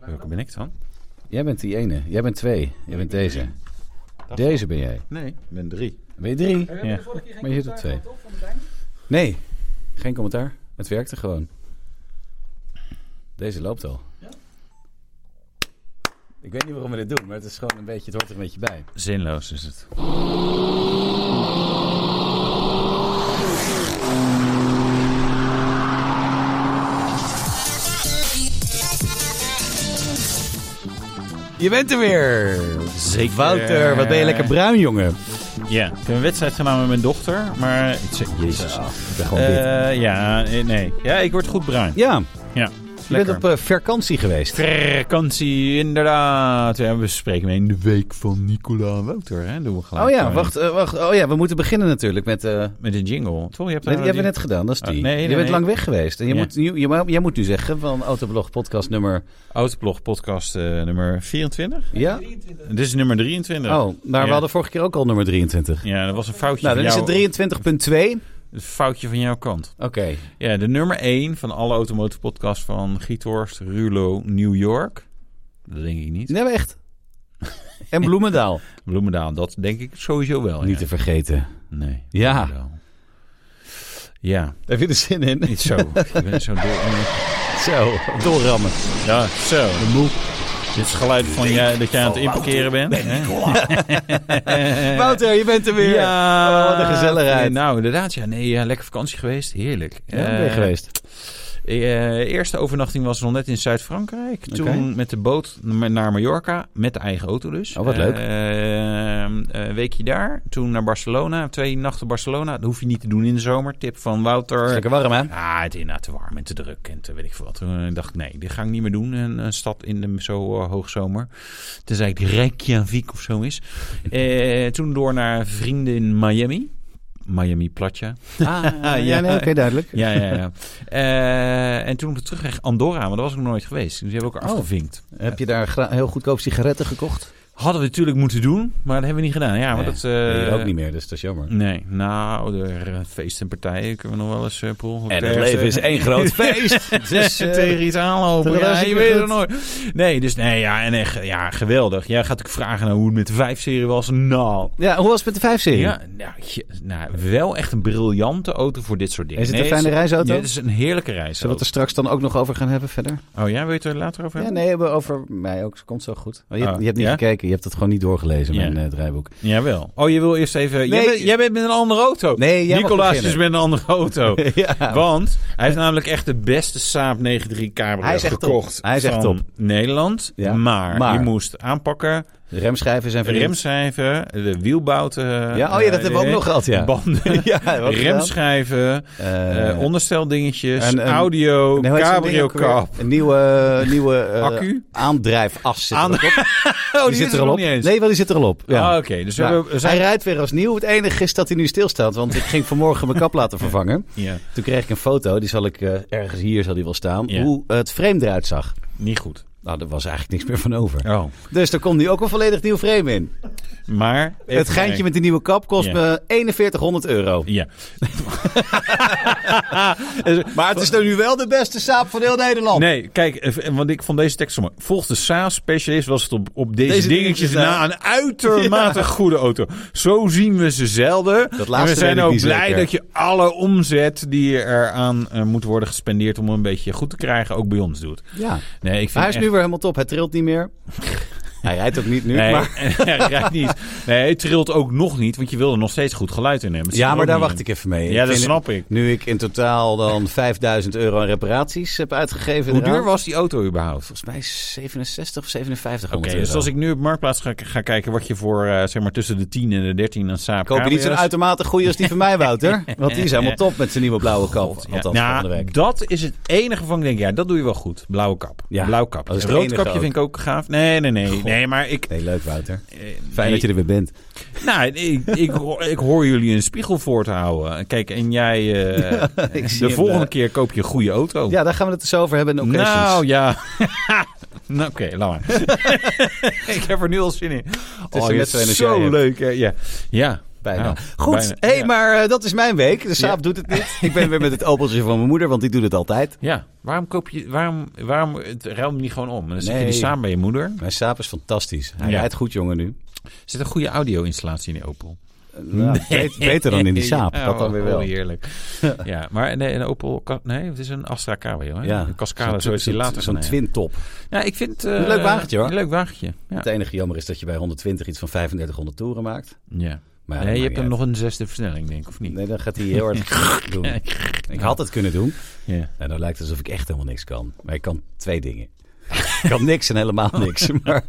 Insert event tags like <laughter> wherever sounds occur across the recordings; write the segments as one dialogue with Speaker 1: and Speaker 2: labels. Speaker 1: Welke ben ik dan?
Speaker 2: Jij bent die ene. Jij bent twee. Jij bent deze. Deze ben jij.
Speaker 1: Nee, ik ben drie.
Speaker 2: Ben je drie?
Speaker 3: We
Speaker 1: hebben Ja.
Speaker 3: de vorige keer
Speaker 2: Maar je zit op commentaar twee. Nee. Geen commentaar. Het werkte gewoon. Deze loopt al.
Speaker 3: Ja?
Speaker 2: Ik weet niet waarom we dit doen, maar het is gewoon een beetje, het hoort er een beetje bij.
Speaker 1: Zinloos is het.
Speaker 2: Je bent er weer!
Speaker 1: Zeker.
Speaker 2: Wouter, wat ben je lekker bruin, jongen.
Speaker 1: Ja, ik heb een wedstrijd gedaan met mijn dochter, maar... Jezus.
Speaker 2: Ja, ik ben gewoon wit.
Speaker 1: Eh ja, nee. Ja, ik word goed bruin.
Speaker 2: Ja,
Speaker 1: Ja,
Speaker 2: je bent
Speaker 1: lekker.
Speaker 2: op eh, vakantie geweest.
Speaker 1: Vakantie, inderdaad. Ja, we spreken hem in de week van Nicola Wouter, hè? Doen we gelijk.
Speaker 2: Oh ja,
Speaker 1: gewoon.
Speaker 2: wacht, eh, wacht. Oh ja, we moeten beginnen natuurlijk met... eh
Speaker 1: Met een jingle. Toch? Je hebt
Speaker 2: Nee, die hebben we
Speaker 1: net...
Speaker 2: net gedaan, dat is
Speaker 1: Oh,
Speaker 2: die.
Speaker 1: nee, nee,
Speaker 2: je bent
Speaker 1: nee.
Speaker 2: lang weg geweest. En je
Speaker 1: Ja.
Speaker 2: moet, nu- je, jij moet nu zeggen van Autoblog podcast nummer...
Speaker 1: Autoblog podcast eh, nummer 24.
Speaker 2: Ja?
Speaker 1: Dit is nummer 23.
Speaker 2: Oh, maar we
Speaker 1: Ja.
Speaker 2: hadden vorige keer ook al nummer 23.
Speaker 1: Ja, dat was een foutje
Speaker 2: Nou,
Speaker 1: van
Speaker 2: dan is
Speaker 1: jou.
Speaker 2: het 23.2.
Speaker 1: Een foutje van jouw kant.
Speaker 2: Oké.
Speaker 1: Ja, de nummer 1 van alle automotive podcasts van Giethorst, Rulo, New York. Dat denk ik niet.
Speaker 2: Nee, maar echt. En Bloemendaal.
Speaker 1: Bloemendaal, dat denk ik sowieso wel.
Speaker 2: Niet
Speaker 1: ja.
Speaker 2: te vergeten.
Speaker 1: Nee.
Speaker 2: Ja.
Speaker 1: Bloemendaal. Ja,
Speaker 2: Heb je er zin in?
Speaker 1: <laughs> niet
Speaker 2: <laughs>
Speaker 1: zo. ik ben zo door.
Speaker 2: Zo, doorrammen.
Speaker 1: Ja, zo. Dit is het geluid van jij, dat jij aan het inparkeren bent. <laughs> hè? Eh,
Speaker 2: Wouter, je bent er weer.
Speaker 1: Ja,
Speaker 2: Oh, wat een gezelligheid.
Speaker 1: Nou, inderdaad. Ja, nee, ja, lekker vakantie geweest. Heerlijk.
Speaker 2: Ja, ben je
Speaker 1: Eh,
Speaker 2: geweest?
Speaker 1: Eh, eerste overnachting was nog net in Zuid-Frankrijk.
Speaker 2: Oké.
Speaker 1: Toen met de boot m- naar Mallorca. Met de eigen auto dus.
Speaker 2: Oh, wat leuk.
Speaker 1: Eh, eh, weekje daar. Toen naar Barcelona. Twee nachten Barcelona. Dat hoef je niet te doen in de zomer. Tip van
Speaker 2: Is
Speaker 1: Wouter.
Speaker 2: Lekker warm, hè?
Speaker 1: Ah, het is inderdaad te warm en te druk en te weet ik veel wat. Toen eh, dacht ik, nee, dit ga ik niet meer doen. Een, een stad in de zo eh, hoogzomer. Tenzij het Reykjavik of zo is. Eh, toen door naar vrienden in Miami. Miami Platja.
Speaker 2: Ah, <laughs> ja, nee, oké, duidelijk.
Speaker 1: Ja, ja, ja. Eh, en toen op de terugweg Andorra, maar dat was ik nog nooit geweest. Dus die hebben we ook
Speaker 2: Oh.
Speaker 1: afgevinkt.
Speaker 2: Heb je daar gra- heel goedkoop sigaretten gekocht?
Speaker 1: Hadden we natuurlijk moeten doen, maar dat hebben we niet gedaan. Ja, maar
Speaker 2: Nee,
Speaker 1: dat... eh,
Speaker 2: nee, ook niet meer, dus dat is jammer.
Speaker 1: Nee, nou, de eh, feesten en partijen kunnen we nog wel eens... eh, per ongeluk
Speaker 2: En het
Speaker 1: ergens,
Speaker 2: leven
Speaker 1: eh,
Speaker 2: is één
Speaker 1: <laughs>
Speaker 2: groot feest. Dus, eh,
Speaker 1: tegen iets aanlopen.
Speaker 2: dat
Speaker 1: Ja,
Speaker 2: is
Speaker 1: je
Speaker 2: ook
Speaker 1: weet
Speaker 2: goed.
Speaker 1: het nooit. Nee, dus nee, ja, en echt, ja, geweldig. Jij gaat ook vragen naar hoe het met de vijf serie was. Nou,
Speaker 2: ja, hoe was het met de vijfserie?
Speaker 1: ja, nou, je- nou, wel echt een briljante auto voor dit soort dingen.
Speaker 2: Is het
Speaker 1: Nee,
Speaker 2: een fijne reisauto?
Speaker 1: Ja, het is een heerlijke reis.
Speaker 2: Zullen we het er straks dan ook nog over gaan hebben verder?
Speaker 1: Oh ja, wil je het er later over
Speaker 2: Ja,
Speaker 1: hebben?
Speaker 2: nee, hebben we over mij ook. Komt zo goed. Oh, je, hebt-
Speaker 1: Ah,
Speaker 2: je hebt niet
Speaker 1: ja?
Speaker 2: gekeken, je hebt het gewoon niet doorgelezen,
Speaker 1: Ja.
Speaker 2: mijn eh,
Speaker 1: <laughs>
Speaker 2: draaiboek.
Speaker 1: Jawel. Oh, je wil eerst even... jij,
Speaker 2: Nee.
Speaker 1: bent, jij bent met een andere auto.
Speaker 2: Nee, jij mag
Speaker 1: Nicolaas is
Speaker 2: beginnen.
Speaker 1: met een andere auto.
Speaker 2: <laughs> ja.
Speaker 1: Want hij heeft namelijk echt de beste Saab 93 Cabrio
Speaker 2: Hij is echt top.
Speaker 1: gekocht
Speaker 2: Hij is echt
Speaker 1: van
Speaker 2: top.
Speaker 1: Nederland.
Speaker 2: Ja,
Speaker 1: Maar,
Speaker 2: maar.
Speaker 1: je moest aanpakken,
Speaker 2: De remschijven zijn verdiend.
Speaker 1: remschijven, de wielbouten...
Speaker 2: Ja, oh ja, dat hebben we ook nog gehad, ja.
Speaker 1: eh, Banden,
Speaker 2: <laughs> Ja, hebben we ook
Speaker 1: remschijven,
Speaker 2: gedaan.
Speaker 1: eh
Speaker 2: Eh,
Speaker 1: ondersteldingetjes,
Speaker 2: en een-
Speaker 1: audio,
Speaker 2: nee, hoe heet zo'n ding
Speaker 1: cabrio
Speaker 2: ook weer?
Speaker 1: kap.
Speaker 2: Een nieuwe, nieuwe eh,
Speaker 1: Accu?
Speaker 2: aandrijfas zit
Speaker 1: Aan- <laughs>
Speaker 2: erop.
Speaker 1: Oh,
Speaker 2: die, zit er al op.
Speaker 1: nog niet eens.
Speaker 2: Nee, wel die zit er al op. Ja.
Speaker 1: Ah, oké. Dus we
Speaker 2: Nou,
Speaker 1: hebben- we zijn...
Speaker 2: Hij rijdt weer als nieuw. Het enige is dat hij nu stilstaat. Want ik ging vanmorgen mijn kap laten vervangen.
Speaker 1: Ja,
Speaker 2: Toen kreeg ik een foto. Die zal ik eh, ergens hier zal die wel staan.
Speaker 1: Ja.
Speaker 2: Hoe het frame eruit zag.
Speaker 1: niet goed.
Speaker 2: Nou, er was eigenlijk niks meer van over.
Speaker 1: Oh.
Speaker 2: Dus er komt nu ook een volledig nieuw frame in.
Speaker 1: Maar...
Speaker 2: het geintje met die nieuwe kap kost
Speaker 1: Ja.
Speaker 2: me 4100 euro.
Speaker 1: <laughs> Ja.
Speaker 2: Maar het is dan nu wel de beste saap van heel Nederland.
Speaker 1: Nee, kijk, eh, want ik vond deze tekst zo mooi. Volgens de SaaS-specialist was het op, op deze,
Speaker 2: Deze
Speaker 1: dingetjes
Speaker 2: dingetjes
Speaker 1: na een
Speaker 2: <laughs>
Speaker 1: uitermate goede auto. Zo zien we ze zelden. en we
Speaker 2: laatste
Speaker 1: zijn
Speaker 2: weet ik
Speaker 1: ook
Speaker 2: niet
Speaker 1: blij
Speaker 2: zeker.
Speaker 1: dat je alle omzet die er aan eh, moet worden gespendeerd om hem een beetje goed te krijgen, ook bij ons doet.
Speaker 2: Ja.
Speaker 1: Nee, ik vind
Speaker 2: Hij is
Speaker 1: echt-
Speaker 2: nu weer helemaal top. Hij trilt niet meer. Hij rijdt ook niet nu.
Speaker 1: <laughs> Nee,
Speaker 2: maar...
Speaker 1: hij rijdt niet. Nee, het trilt ook nog niet, want je wil er nog steeds goed geluid in hebben.
Speaker 2: Ja, maar daar wacht ik even mee.
Speaker 1: Ja, dat
Speaker 2: vind-
Speaker 1: snap ik.
Speaker 2: Nu ik in totaal dan 5000 euro aan reparaties heb uitgegeven.
Speaker 1: Hoe
Speaker 2: eraan.
Speaker 1: duur was die auto überhaupt?
Speaker 2: Volgens mij 67 of 57
Speaker 1: Oké, dus als ik nu op Marktplaats ga, ga kijken wat je voor eh, zeg maar tussen de 10 en de 13 aan Saab
Speaker 2: Koop je niet zo'n
Speaker 1: cabrio's-
Speaker 2: uitermate goeie als die van mij, <laughs> Wouter? Want die is helemaal top met zijn nieuwe blauwe kap.
Speaker 1: Ja.
Speaker 2: Althans,
Speaker 1: Nou,
Speaker 2: volgende week.
Speaker 1: dat is het enige waarvan ik denk, ja, dat doe je wel goed. Blauwe kap.
Speaker 2: Ja,
Speaker 1: Blauw kap.
Speaker 2: dat is het
Speaker 1: Rood
Speaker 2: enige
Speaker 1: kapje
Speaker 2: ook.
Speaker 1: vind ik ook gaaf. Nee, nee, nee. Nee, maar ik...
Speaker 2: Nee, leuk Wouter. <laughs> Fijn
Speaker 1: nee.
Speaker 2: dat je er weer bent.
Speaker 1: Nou, ik, ik, hoor- ik hoor jullie een spiegel voor te houden. Kijk, en jij... eh,
Speaker 2: <laughs> Ik zie
Speaker 1: de
Speaker 2: hem,
Speaker 1: volgende
Speaker 2: eh.
Speaker 1: keer koop je een goede auto.
Speaker 2: Ja, daar gaan we het dus over hebben in occasions.
Speaker 1: nou, ja. <laughs> nou, oké, laat
Speaker 2: <laughs>
Speaker 1: maar. <laughs> ik heb er nu al zin in.
Speaker 2: is
Speaker 1: oh,
Speaker 2: er
Speaker 1: je bent
Speaker 2: net zo een als jij
Speaker 1: zo
Speaker 2: hebt.
Speaker 1: leuk. hè. Ja. ja,
Speaker 2: eh, Bijna.
Speaker 1: Nou,
Speaker 2: Goed,
Speaker 1: bijna,
Speaker 2: hey,
Speaker 1: ja.
Speaker 2: maar eh, dat is mijn week. De saap doet het niet. Ik ben weer met het opeltje van mijn moeder, want die doet het altijd.
Speaker 1: Ja, waarom koop je... Waarom, waarom het ruil hem niet gewoon om? Dan zit je
Speaker 2: Nee.
Speaker 1: die samen bij je moeder.
Speaker 2: Mijn saap is fantastisch. Hij
Speaker 1: Ja.
Speaker 2: rijdt goed, jongen,
Speaker 1: <laughs>
Speaker 2: nu.
Speaker 1: Er zit een goede audio-installatie in die Opel.
Speaker 2: Nou, bet- Beter dan in die saap.
Speaker 1: Ja, oh,
Speaker 2: dat dan weer wel. <laughs>
Speaker 1: Heerlijk. ja, maar nee, een Opel... Ka- Nee, het is een Astra Cabrio. Hè?
Speaker 2: Ja,
Speaker 1: Een Cascada,
Speaker 2: zo'n-
Speaker 1: zo is die
Speaker 2: zo'n-
Speaker 1: later
Speaker 2: Zo'n
Speaker 1: gaan heten.
Speaker 2: twintop.
Speaker 1: Ja, ik vind... eh,
Speaker 2: Een leuk wagentje, hoor.
Speaker 1: Een leuk wagentje, ja.
Speaker 2: Het enige jammer is dat je bij 120 iets van 3500 toeren maakt.
Speaker 1: ja.
Speaker 2: Maar ja, dat
Speaker 1: nee, je
Speaker 2: maakt
Speaker 1: hebt
Speaker 2: niet
Speaker 1: hem
Speaker 2: uit.
Speaker 1: nog een zesde versnelling, denk ik, of niet?
Speaker 2: Nee, dan gaat hij heel <laughs> hard doen. Ik had het kunnen doen.
Speaker 1: Ja.
Speaker 2: En dan lijkt het alsof ik echt helemaal niks kan. Maar ik kan twee dingen. Ik kan niks en <laughs> helemaal niks. Maar...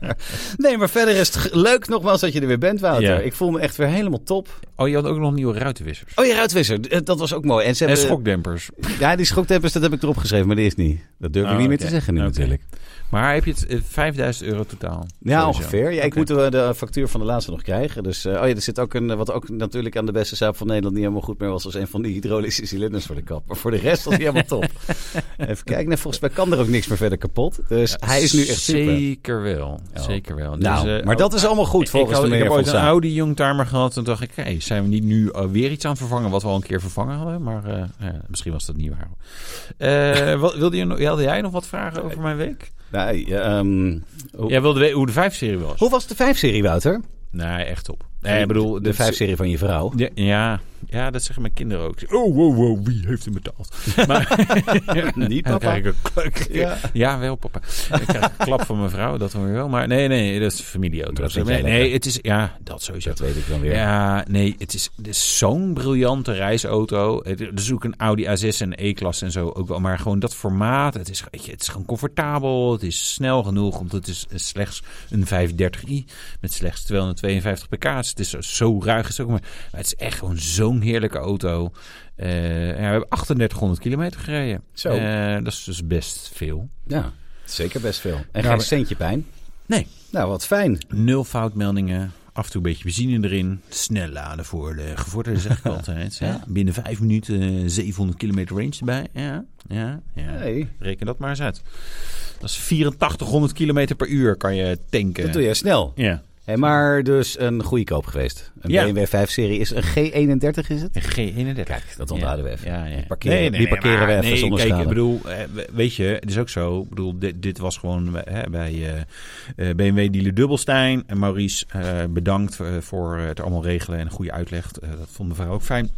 Speaker 2: Nee, maar verder is het g- leuk nogmaals dat je er weer bent, Wouter.
Speaker 1: Ja.
Speaker 2: Ik voel me echt weer helemaal top.
Speaker 1: Oh, je had ook nog nieuwe ruitenwissers.
Speaker 2: Oh, je ruitwisser. d- Dat was ook mooi. En, ze
Speaker 1: En
Speaker 2: hebben...
Speaker 1: schokdempers.
Speaker 2: Ja, die schoktappers, dat heb ik erop geschreven, maar die is niet. Dat durf ik
Speaker 1: Oh,
Speaker 2: niet meer
Speaker 1: oké.
Speaker 2: te zeggen nu
Speaker 1: Oké.
Speaker 2: natuurlijk.
Speaker 1: Maar heb je het eh, 5000 euro totaal?
Speaker 2: Ja,
Speaker 1: Sowieso.
Speaker 2: ongeveer. Ja, ik
Speaker 1: Oké.
Speaker 2: moet de, de factuur van de laatste nog krijgen. Dus, eh, oh ja, er zit ook een, eh, wat ook natuurlijk aan de beste zaap van Nederland niet helemaal goed meer was, als een van die hydraulische cilinders voor de kap. Maar voor de rest was hij helemaal
Speaker 1: <laughs>
Speaker 2: top. Even kijken. Nee, volgens mij kan er ook niks meer verder kapot. Dus hij is nu echt super.
Speaker 1: Zeker wel. Zeker wel.
Speaker 2: Nou,
Speaker 1: Dus, eh,
Speaker 2: maar dat is allemaal goed volgens
Speaker 1: ik, had,
Speaker 2: de
Speaker 1: ik
Speaker 2: meneer
Speaker 1: heb
Speaker 2: van
Speaker 1: ooit een
Speaker 2: Zaap.
Speaker 1: oude Youngtimer gehad. En dacht ik, hey, zijn we niet nu eh, weer iets aan het vervangen wat we al een keer vervangen hadden? Maar eh, ja, misschien was dat niet waar. <laughs> Eh, wat, wilde, je, nog- wilde jij nog wat vragen over mijn week?
Speaker 2: Nee, ja, ehm, hoe,
Speaker 1: Jij wilde weten hoe de 5-serie was?
Speaker 2: hoe was de 5-serie, Wouter?
Speaker 1: Nee, echt top. Nee, ik bedoel,
Speaker 2: de
Speaker 1: dat-
Speaker 2: 5-serie van je
Speaker 1: <laughs>
Speaker 2: vrouw.
Speaker 1: Ja, ja, ja, dat zeggen mijn kinderen ook. Oh, wow, wow, wie heeft hem <laughs> betaald? Maar,
Speaker 2: <laughs> Niet,
Speaker 1: En dan krijg
Speaker 2: papa.
Speaker 1: ik een klak.
Speaker 2: Ja.
Speaker 1: Ja. wel, papa. Ik krijg een klap van mijn vrouw, dat dan weer wel. Maar nee, nee, dat is een familieauto.
Speaker 2: Dat vind
Speaker 1: nee,
Speaker 2: jij lekker.
Speaker 1: nee, het is... Ja, dat sowieso.
Speaker 2: Dat weet ik dan weer.
Speaker 1: Ja, nee, het is, het is zo'n briljante reisauto. Het- Er is ook een Audi A6 en E-klasse en zo ook wel. Maar gewoon dat formaat, het is, weet je, het is gewoon comfortabel. Het is snel genoeg, want het is slechts een 530i met slechts 252 pk. Dus Het is zo, zo ruig. Het is, ook maar, maar het is echt gewoon zo'n heerlijke auto. Eh, ja, we hebben 3800 kilometer gereden.
Speaker 2: Zo.
Speaker 1: Eh, dat is dus best veel.
Speaker 2: Ja, zeker best veel. En
Speaker 1: Ja,
Speaker 2: geen
Speaker 1: maar-
Speaker 2: centje pijn.
Speaker 1: Nee,
Speaker 2: Nou, wat fijn.
Speaker 1: Nul foutmeldingen. Af en toe een beetje benzine erin. Snel laden voor de gevorderden, zeg
Speaker 2: <laughs>
Speaker 1: ik altijd. hè.
Speaker 2: Ja.
Speaker 1: Binnen vijf minuten eh, 700 kilometer range erbij. Ja, ja, ja.
Speaker 2: Hey,
Speaker 1: Reken dat maar eens uit. Dat is 8400 kilometer per uur kan je tanken.
Speaker 2: dat doe je snel.
Speaker 1: Ja.
Speaker 2: Hey, maar dus een goede koop geweest. Een
Speaker 1: Ja.
Speaker 2: BMW 5-serie is een G31 is het?
Speaker 1: En G31.
Speaker 2: Kijk, dat onthouden
Speaker 1: ja.
Speaker 2: we even.
Speaker 1: Ja, ja.
Speaker 2: Die parkeren, die parkeren
Speaker 1: maar-
Speaker 2: we even
Speaker 1: nee,
Speaker 2: zonder
Speaker 1: kijk,
Speaker 2: schade.
Speaker 1: Ik bedoel, eh, we- weet je, het is ook zo. Ik bedoel, dit, dit was gewoon eh, hè, bij eh, eh, BMW dealer Dubbelstein. En Maurice, eh, bedankt eh, voor het allemaal regelen en een goede uitleg. Eh, dat vond mevrouw ook fijn.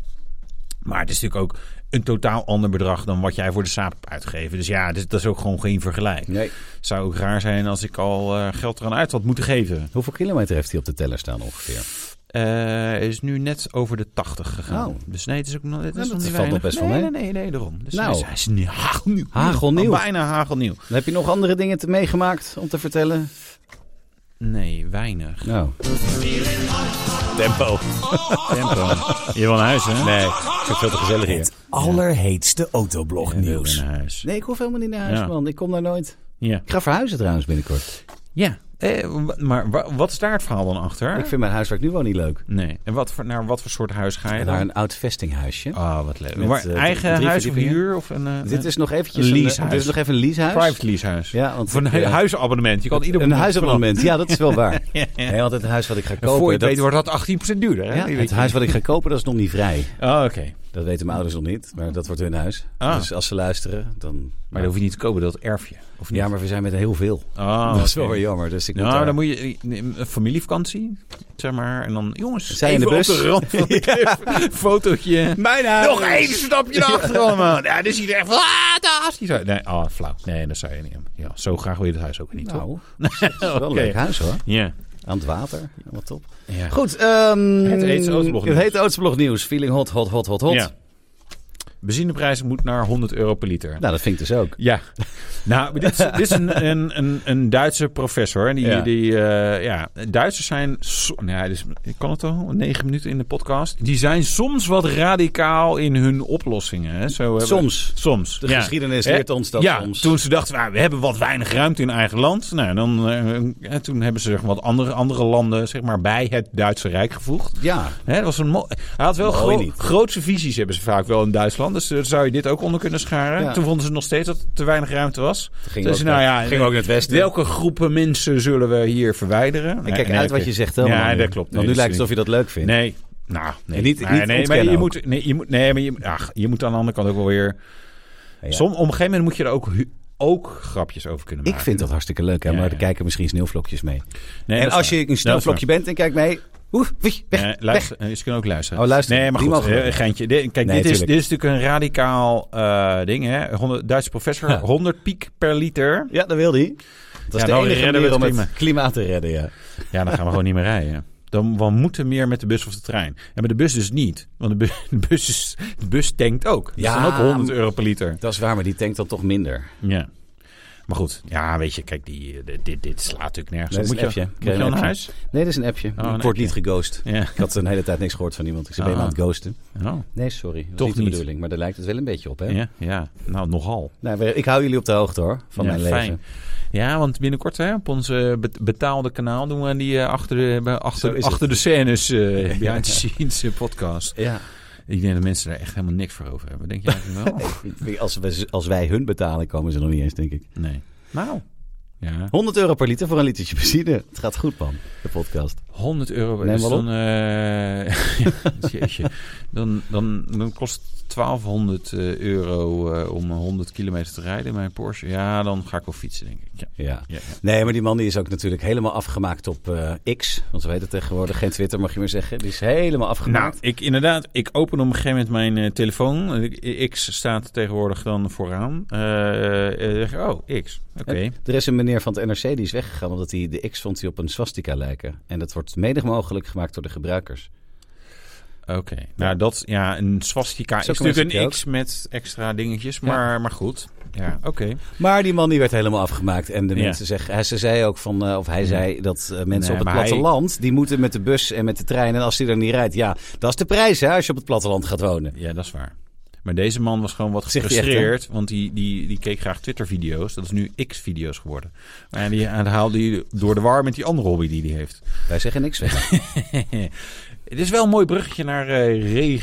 Speaker 1: Maar het is natuurlijk ook een totaal ander bedrag dan wat jij voor de saap hebt uitgegeven. Dus ja, dus, dat is ook gewoon geen vergelijk.
Speaker 2: Nee.
Speaker 1: Zou ook raar zijn als ik al eh, geld eraan uit had moeten geven.
Speaker 2: Hoeveel kilometer heeft hij op de teller staan ongeveer?
Speaker 1: Eh, is nu net over de 80 gegaan.
Speaker 2: Oh.
Speaker 1: Dus nee, het is ook nog, het is
Speaker 2: Nou, dat
Speaker 1: nog niet
Speaker 2: valt
Speaker 1: weinig.
Speaker 2: nog best wel
Speaker 1: nee,
Speaker 2: mee.
Speaker 1: nee, nee, nee, daarom. Dus
Speaker 2: Nou.
Speaker 1: hij is, hij is niet hagelnieuw.
Speaker 2: Hagelnieuw.
Speaker 1: Al Oh, Bijna hagelnieuw.
Speaker 2: Dan heb je nog andere dingen te meegemaakt om te vertellen?
Speaker 1: Nee, weinig.
Speaker 2: Nou,
Speaker 1: Tempo. Tempo. Je wil naar huis, hè? Nee, ik vind veel te gezellig
Speaker 3: Het allerheetste autoblog nieuws.
Speaker 1: naar huis.
Speaker 2: nee, ik hoef helemaal niet naar huis,
Speaker 1: Ja.
Speaker 2: man. Ik kom daar nooit.
Speaker 1: Ja.
Speaker 2: Ik ga verhuizen trouwens binnenkort.
Speaker 1: Ja. Eh, wa- maar wa- wat is daar het verhaal dan achter?
Speaker 2: Ik vind mijn huis waar ik nu woon niet leuk.
Speaker 1: Nee. En wat voor, naar wat voor soort huis ga je
Speaker 2: Naar
Speaker 1: dan?
Speaker 2: een oud vestinghuisje.
Speaker 1: Ah, wat leuk.
Speaker 2: Met,
Speaker 1: Maar
Speaker 2: eh,
Speaker 1: eigen
Speaker 2: drie
Speaker 1: huis of
Speaker 2: verdiepingen.
Speaker 1: huur? Of een, eh,
Speaker 2: Dit is nog eventjes
Speaker 1: Een
Speaker 2: een,
Speaker 1: leasehuis.
Speaker 2: Dit is nog even een leasehuis.
Speaker 1: private leasehuis.
Speaker 2: Ja, want
Speaker 1: Of een
Speaker 2: ik,
Speaker 1: hu-
Speaker 2: eh,
Speaker 1: huisabonnement. Je kan ieder
Speaker 2: Een
Speaker 1: moment
Speaker 2: huisabonnement. Ja, dat is wel waar.
Speaker 1: Ja, ja.
Speaker 2: Nee, want het huis wat ik ga
Speaker 1: En
Speaker 2: kopen...
Speaker 1: voor je het
Speaker 2: dat-
Speaker 1: weet wordt dat 18% duurder. Hè?
Speaker 2: ja,
Speaker 1: Die
Speaker 2: het
Speaker 1: weet je.
Speaker 2: huis wat ik ga kopen, dat is nog niet vrij.
Speaker 1: Oh, oké.
Speaker 2: Dat weten mijn ouders nog niet, maar dat wordt hun huis.
Speaker 1: Ah.
Speaker 2: Dus als ze luisteren, dan...
Speaker 1: Maar dat hoef je niet te kopen, dat erf je. Of niet?
Speaker 2: Ja, maar we zijn met heel veel.
Speaker 1: Oh,
Speaker 2: <laughs> dat is wel
Speaker 1: oké.
Speaker 2: weer jammer. Dus ik moet
Speaker 1: Nou,
Speaker 2: daar-
Speaker 1: dan moet je eh, een familievakantie, zeg maar. En dan, jongens,
Speaker 2: Zij in de
Speaker 1: even
Speaker 2: bus. Nou,
Speaker 1: op de rand van de
Speaker 2: <laughs>
Speaker 1: <laughs> cliff, fotootje.
Speaker 2: Mijn huis!
Speaker 1: Nog één stapje
Speaker 2: <laughs>
Speaker 1: naar achteren, man. Ja, dus iedereen echt fantastisch. uit. Nee, oh, flauw. Nee, dat zou je niet. hebben. Ja, zo graag wil je het huis ook niet, toch?
Speaker 2: Nou, dat is wel een leuk huis hoor.
Speaker 1: Ja.
Speaker 2: Aan het water. Wat top.
Speaker 1: ja.
Speaker 2: Goed. ehm,
Speaker 1: Het heet Oostblog
Speaker 2: Het
Speaker 1: nieuws.
Speaker 2: heet Oostblog nieuws. Feeling hot, hot, hot, hot, hot.
Speaker 1: Ja. Benzineprijs moet naar 100 euro per liter.
Speaker 2: Nou, dat vind ik dus ook.
Speaker 1: Ja, nou, maar dit is, dit is een, een, een, een Duitse professor. Die,
Speaker 2: Ja.
Speaker 1: die, eh, ja, Duitsers zijn. so- Nou, ja, dus, ik kan het al, negen minuten in de podcast. Die zijn soms wat radicaal in hun oplossingen. Hè? Zo hebben-
Speaker 2: Soms.
Speaker 1: Soms.
Speaker 2: De
Speaker 1: ja.
Speaker 2: geschiedenis
Speaker 1: Hè?
Speaker 2: leert ons dat
Speaker 1: ja,
Speaker 2: soms.
Speaker 1: toen ze dachten, "Ah, we hebben wat weinig ruimte in eigen land. Nou, dan, eh, eh, toen hebben ze zeg, maar, wat andere, andere landen zeg maar, bij het Duitse Rijk gevoegd.
Speaker 2: Ja.
Speaker 1: Hè, dat was een mo- Hij had wel
Speaker 2: Mooi
Speaker 1: gro-
Speaker 2: niet.
Speaker 1: grootse visies, hebben ze vaak wel in Duitsland. Dus daar zou je dit ook onder kunnen scharen.
Speaker 2: Ja.
Speaker 1: Toen vonden ze nog steeds dat er te weinig ruimte was.
Speaker 2: Ging
Speaker 1: dus
Speaker 2: ook
Speaker 1: nou
Speaker 2: naar-
Speaker 1: ja,
Speaker 2: ging ook naar het westen.
Speaker 1: Welke groepen mensen zullen we hier verwijderen?
Speaker 2: Ik kijk uit wat je zegt.
Speaker 1: Ja,
Speaker 2: helemaal nu.
Speaker 1: dat klopt.
Speaker 2: Want
Speaker 1: Nee, dus-
Speaker 2: nu
Speaker 1: dat
Speaker 2: lijkt het
Speaker 1: is
Speaker 2: alsof je dat leuk vindt.
Speaker 1: niet- Nee, Nou, nee.
Speaker 2: En niet-
Speaker 1: maar,
Speaker 2: niet
Speaker 1: nee, maar
Speaker 2: ontkennen
Speaker 1: je
Speaker 2: ook.
Speaker 1: moet, nee, je moet, nee, maar je, ach, je moet aan de andere kant ook wel weer...
Speaker 2: Ja.
Speaker 1: Som, op een gegeven moment moet je er ook, hu- ook grapjes over kunnen maken.
Speaker 2: Ik vind dat hartstikke leuk, hè,
Speaker 1: Ja,
Speaker 2: maar
Speaker 1: ja.
Speaker 2: er kijken misschien sneeuwvlokjes mee.
Speaker 1: Nee,
Speaker 2: en
Speaker 1: dat is
Speaker 2: als
Speaker 1: waar.
Speaker 2: je een sneeuwvlokje
Speaker 1: Dat
Speaker 2: bent en kijkt mee, oef, weg,
Speaker 1: is
Speaker 2: weg,
Speaker 1: waar. Eh,
Speaker 2: weg.
Speaker 1: luister, eh, Ze kunnen ook luisteren.
Speaker 2: Oh, luisteren.
Speaker 1: Nee, maar
Speaker 2: Die
Speaker 1: goed.
Speaker 2: mogen wel.
Speaker 1: eh, geintje. Dit- kijk,
Speaker 2: Nee,
Speaker 1: dit, is,
Speaker 2: tuurlijk.
Speaker 1: dit is natuurlijk een radicaal eh, ding. Hè? 100, Duitse professor,
Speaker 2: Ja.
Speaker 1: 100 piek per liter.
Speaker 2: Ja, dat wil hij. Dat
Speaker 1: Ja,
Speaker 2: is
Speaker 1: dan
Speaker 2: de enige
Speaker 1: redden we
Speaker 2: manier om
Speaker 1: het
Speaker 2: nou, het klimaat te redden, ja.
Speaker 1: Ja, dan gaan we gewoon niet meer rijden. Dan we moeten meer met de bus of de trein. En met de bus dus niet. Want de, bu- <laughs> de bus, is, de bus tankt ook. Dat
Speaker 2: Ja,
Speaker 1: is dan ook 100 euro per liter.
Speaker 2: Dat is waar, maar die tankt dan toch minder.
Speaker 1: Ja. Maar goed, ja, weet je, kijk, die, eh, dit, dit slaat natuurlijk nergens
Speaker 2: Nee,
Speaker 1: op. Moet
Speaker 2: dat is
Speaker 1: je,
Speaker 2: een appje.
Speaker 1: moet je
Speaker 2: Krijg
Speaker 1: al
Speaker 2: een
Speaker 1: naar huis?
Speaker 2: appje. Nee, dat is een appje.
Speaker 1: een
Speaker 2: ik word
Speaker 1: appje.
Speaker 2: niet geghost.
Speaker 1: Ja.
Speaker 2: Ik had een hele tijd niks gehoord van iemand. Ik zit bij
Speaker 1: Ah.
Speaker 2: aan het ghosten.
Speaker 1: Oh,
Speaker 2: Nee, sorry. Dat is
Speaker 1: Toch
Speaker 2: niet de
Speaker 1: niet.
Speaker 2: bedoeling, maar daar lijkt het wel een beetje op, hè?
Speaker 1: ja, ja, nou, nogal.
Speaker 2: Nou, we- ik hou jullie op de hoogte, hoor, van
Speaker 1: Ja,
Speaker 2: mijn
Speaker 1: fijn.
Speaker 2: leven.
Speaker 1: Ja, want binnenkort hè, op ons eh, bet- betaalde kanaal doen we die eh, achter, de, bij-
Speaker 2: Zo
Speaker 1: achter,
Speaker 2: is het.
Speaker 1: achter de scènes eh <laughs> behind the scenes eh, podcast.
Speaker 2: Ja.
Speaker 1: Ik denk dat mensen daar echt helemaal niks voor over hebben. Denk je eigenlijk wel?
Speaker 2: Als, we, als wij hun betalen, komen ze nog niet eens, denk ik.
Speaker 1: Nee. Nou. Ja.
Speaker 2: 100 euro per liter voor een litertje benzine. Het gaat goed, man, de podcast.
Speaker 1: 100 euro.
Speaker 2: Neem
Speaker 1: dus
Speaker 2: wel op.
Speaker 1: dan, eh, <laughs> ja, jeetje. dan, dan, dan kost het 1200 eh, euro eh, om 100 kilometer te rijden. Mijn Porsche. Ja, dan ga ik wel fietsen, denk ik. Ja.
Speaker 2: Ja.
Speaker 1: Ja, ja.
Speaker 2: Nee, maar die man die is ook natuurlijk helemaal afgemaakt op eh, X. Want we weten tegenwoordig geen Twitter, mag je maar zeggen. Die is helemaal
Speaker 1: Nou,
Speaker 2: afgemaakt.
Speaker 1: ik inderdaad, ik open op een gegeven moment mijn eh, telefoon. Eh, X staat tegenwoordig dan vooraan. Eh, eh, oh, X. Oké.
Speaker 2: Er is een meneer van het NRC die is weggegaan omdat hij de X vond die op een swastika lijken. En dat wordt medig mogelijk gemaakt door de gebruikers.
Speaker 1: Oké. Nou, dat, ja, een swastika is
Speaker 2: Zulke
Speaker 1: natuurlijk
Speaker 2: mensen
Speaker 1: een
Speaker 2: ook.
Speaker 1: X met extra dingetjes. Maar, maar goed. Ja, oké.
Speaker 2: Maar die man die werd helemaal afgemaakt. En de
Speaker 1: Ja.
Speaker 2: mensen zeggen, hij, ze zei ook van, eh, of hij zei dat eh, mensen
Speaker 1: Nee,
Speaker 2: op het
Speaker 1: maar hij-
Speaker 2: platteland, die moeten met de bus en met de trein. En als die er niet rijdt, ja, dat is de prijs hè, als je op het platteland gaat wonen.
Speaker 1: Ja, dat is waar. Maar deze man was gewoon wat
Speaker 2: Zegt hij echt,
Speaker 1: gefrustreerd. want die, die, die keek graag Twitter-video's. Dat is nu X-video's geworden. Maar die en dat haalde hij door de war met die andere hobby die hij heeft.
Speaker 2: Wij
Speaker 1: <laughs>
Speaker 2: zeggen niks weg.
Speaker 1: Het is wel een mooi bruggetje naar eh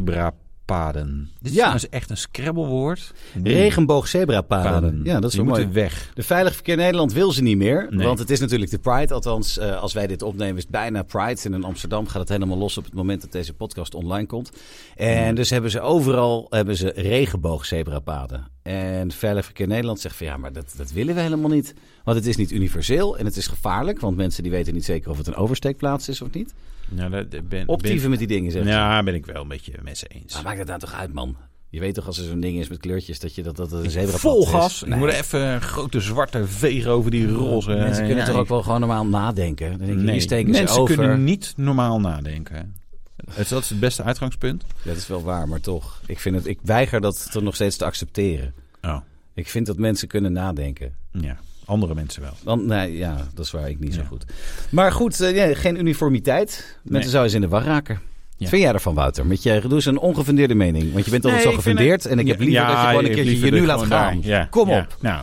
Speaker 1: regenboogzebrapaden. Dit is
Speaker 2: Ja.
Speaker 1: trouwens echt een scrabblewoord.
Speaker 2: Regenboogzebrapaden. Ja, dat is
Speaker 1: Die
Speaker 2: wel mooi.
Speaker 1: moeten weg.
Speaker 2: De Veilig Verkeer Nederland wil ze niet meer.
Speaker 1: Nee.
Speaker 2: Want het is natuurlijk de Pride. Althans, eh, als wij dit opnemen is het bijna Pride. En in Amsterdam gaat het helemaal los op het moment dat deze podcast online komt. En dus hebben ze overal hebben ze regenboogzebrapaden. En Veilig Verkeer Nederland zegt van ja, maar dat, dat willen we helemaal niet. Want het is niet universeel en het is gevaarlijk. Want mensen die weten niet zeker of het een oversteekplaats is of niet.
Speaker 1: Nou,
Speaker 2: eh,
Speaker 1: dat- dat ben,
Speaker 2: Optieven met die dingen
Speaker 1: ben,
Speaker 2: zeggen ze.
Speaker 1: ja, ben ik wel een beetje met ze eens.
Speaker 2: Maar maakt het nou toch uit man. Je weet toch als er zo'n ding is met kleurtjes dat je dat, dat het een zebrapad
Speaker 1: Vol
Speaker 2: is.
Speaker 1: gas. Ik
Speaker 2: Nee.
Speaker 1: moet er even een grote zwarte vegen over die roze.
Speaker 2: Mensen kunnen
Speaker 1: Ja,
Speaker 2: toch
Speaker 1: ik-
Speaker 2: ook wel gewoon normaal nadenken. Dan denk je, hier steken ze
Speaker 1: mensen
Speaker 2: over.
Speaker 1: kunnen niet normaal nadenken. Dus dat is het beste uitgangspunt.
Speaker 2: Dat is wel waar, maar toch. Ik, vind het, ik weiger dat toch nog steeds te accepteren.
Speaker 1: Oh,
Speaker 2: Ik vind dat mensen kunnen nadenken.
Speaker 1: ja. Andere mensen wel.
Speaker 2: Want, nee, ja, dat is waar ik niet
Speaker 1: Ja.
Speaker 2: zo goed. Maar goed, eh, ja, geen uniformiteit. Mensen
Speaker 1: Nee.
Speaker 2: zouden eens in de war raken.
Speaker 1: Ja.
Speaker 2: Wat vind jij ervan, Wouter? Met je, doe eens een ongefundeerde mening. Want je bent altijd
Speaker 1: Nee,
Speaker 2: zo
Speaker 1: ik vind
Speaker 2: gefundeerd. En ik heb liever dat je gewoon een keertje je nu laat gaan. Kom op.
Speaker 1: Nou.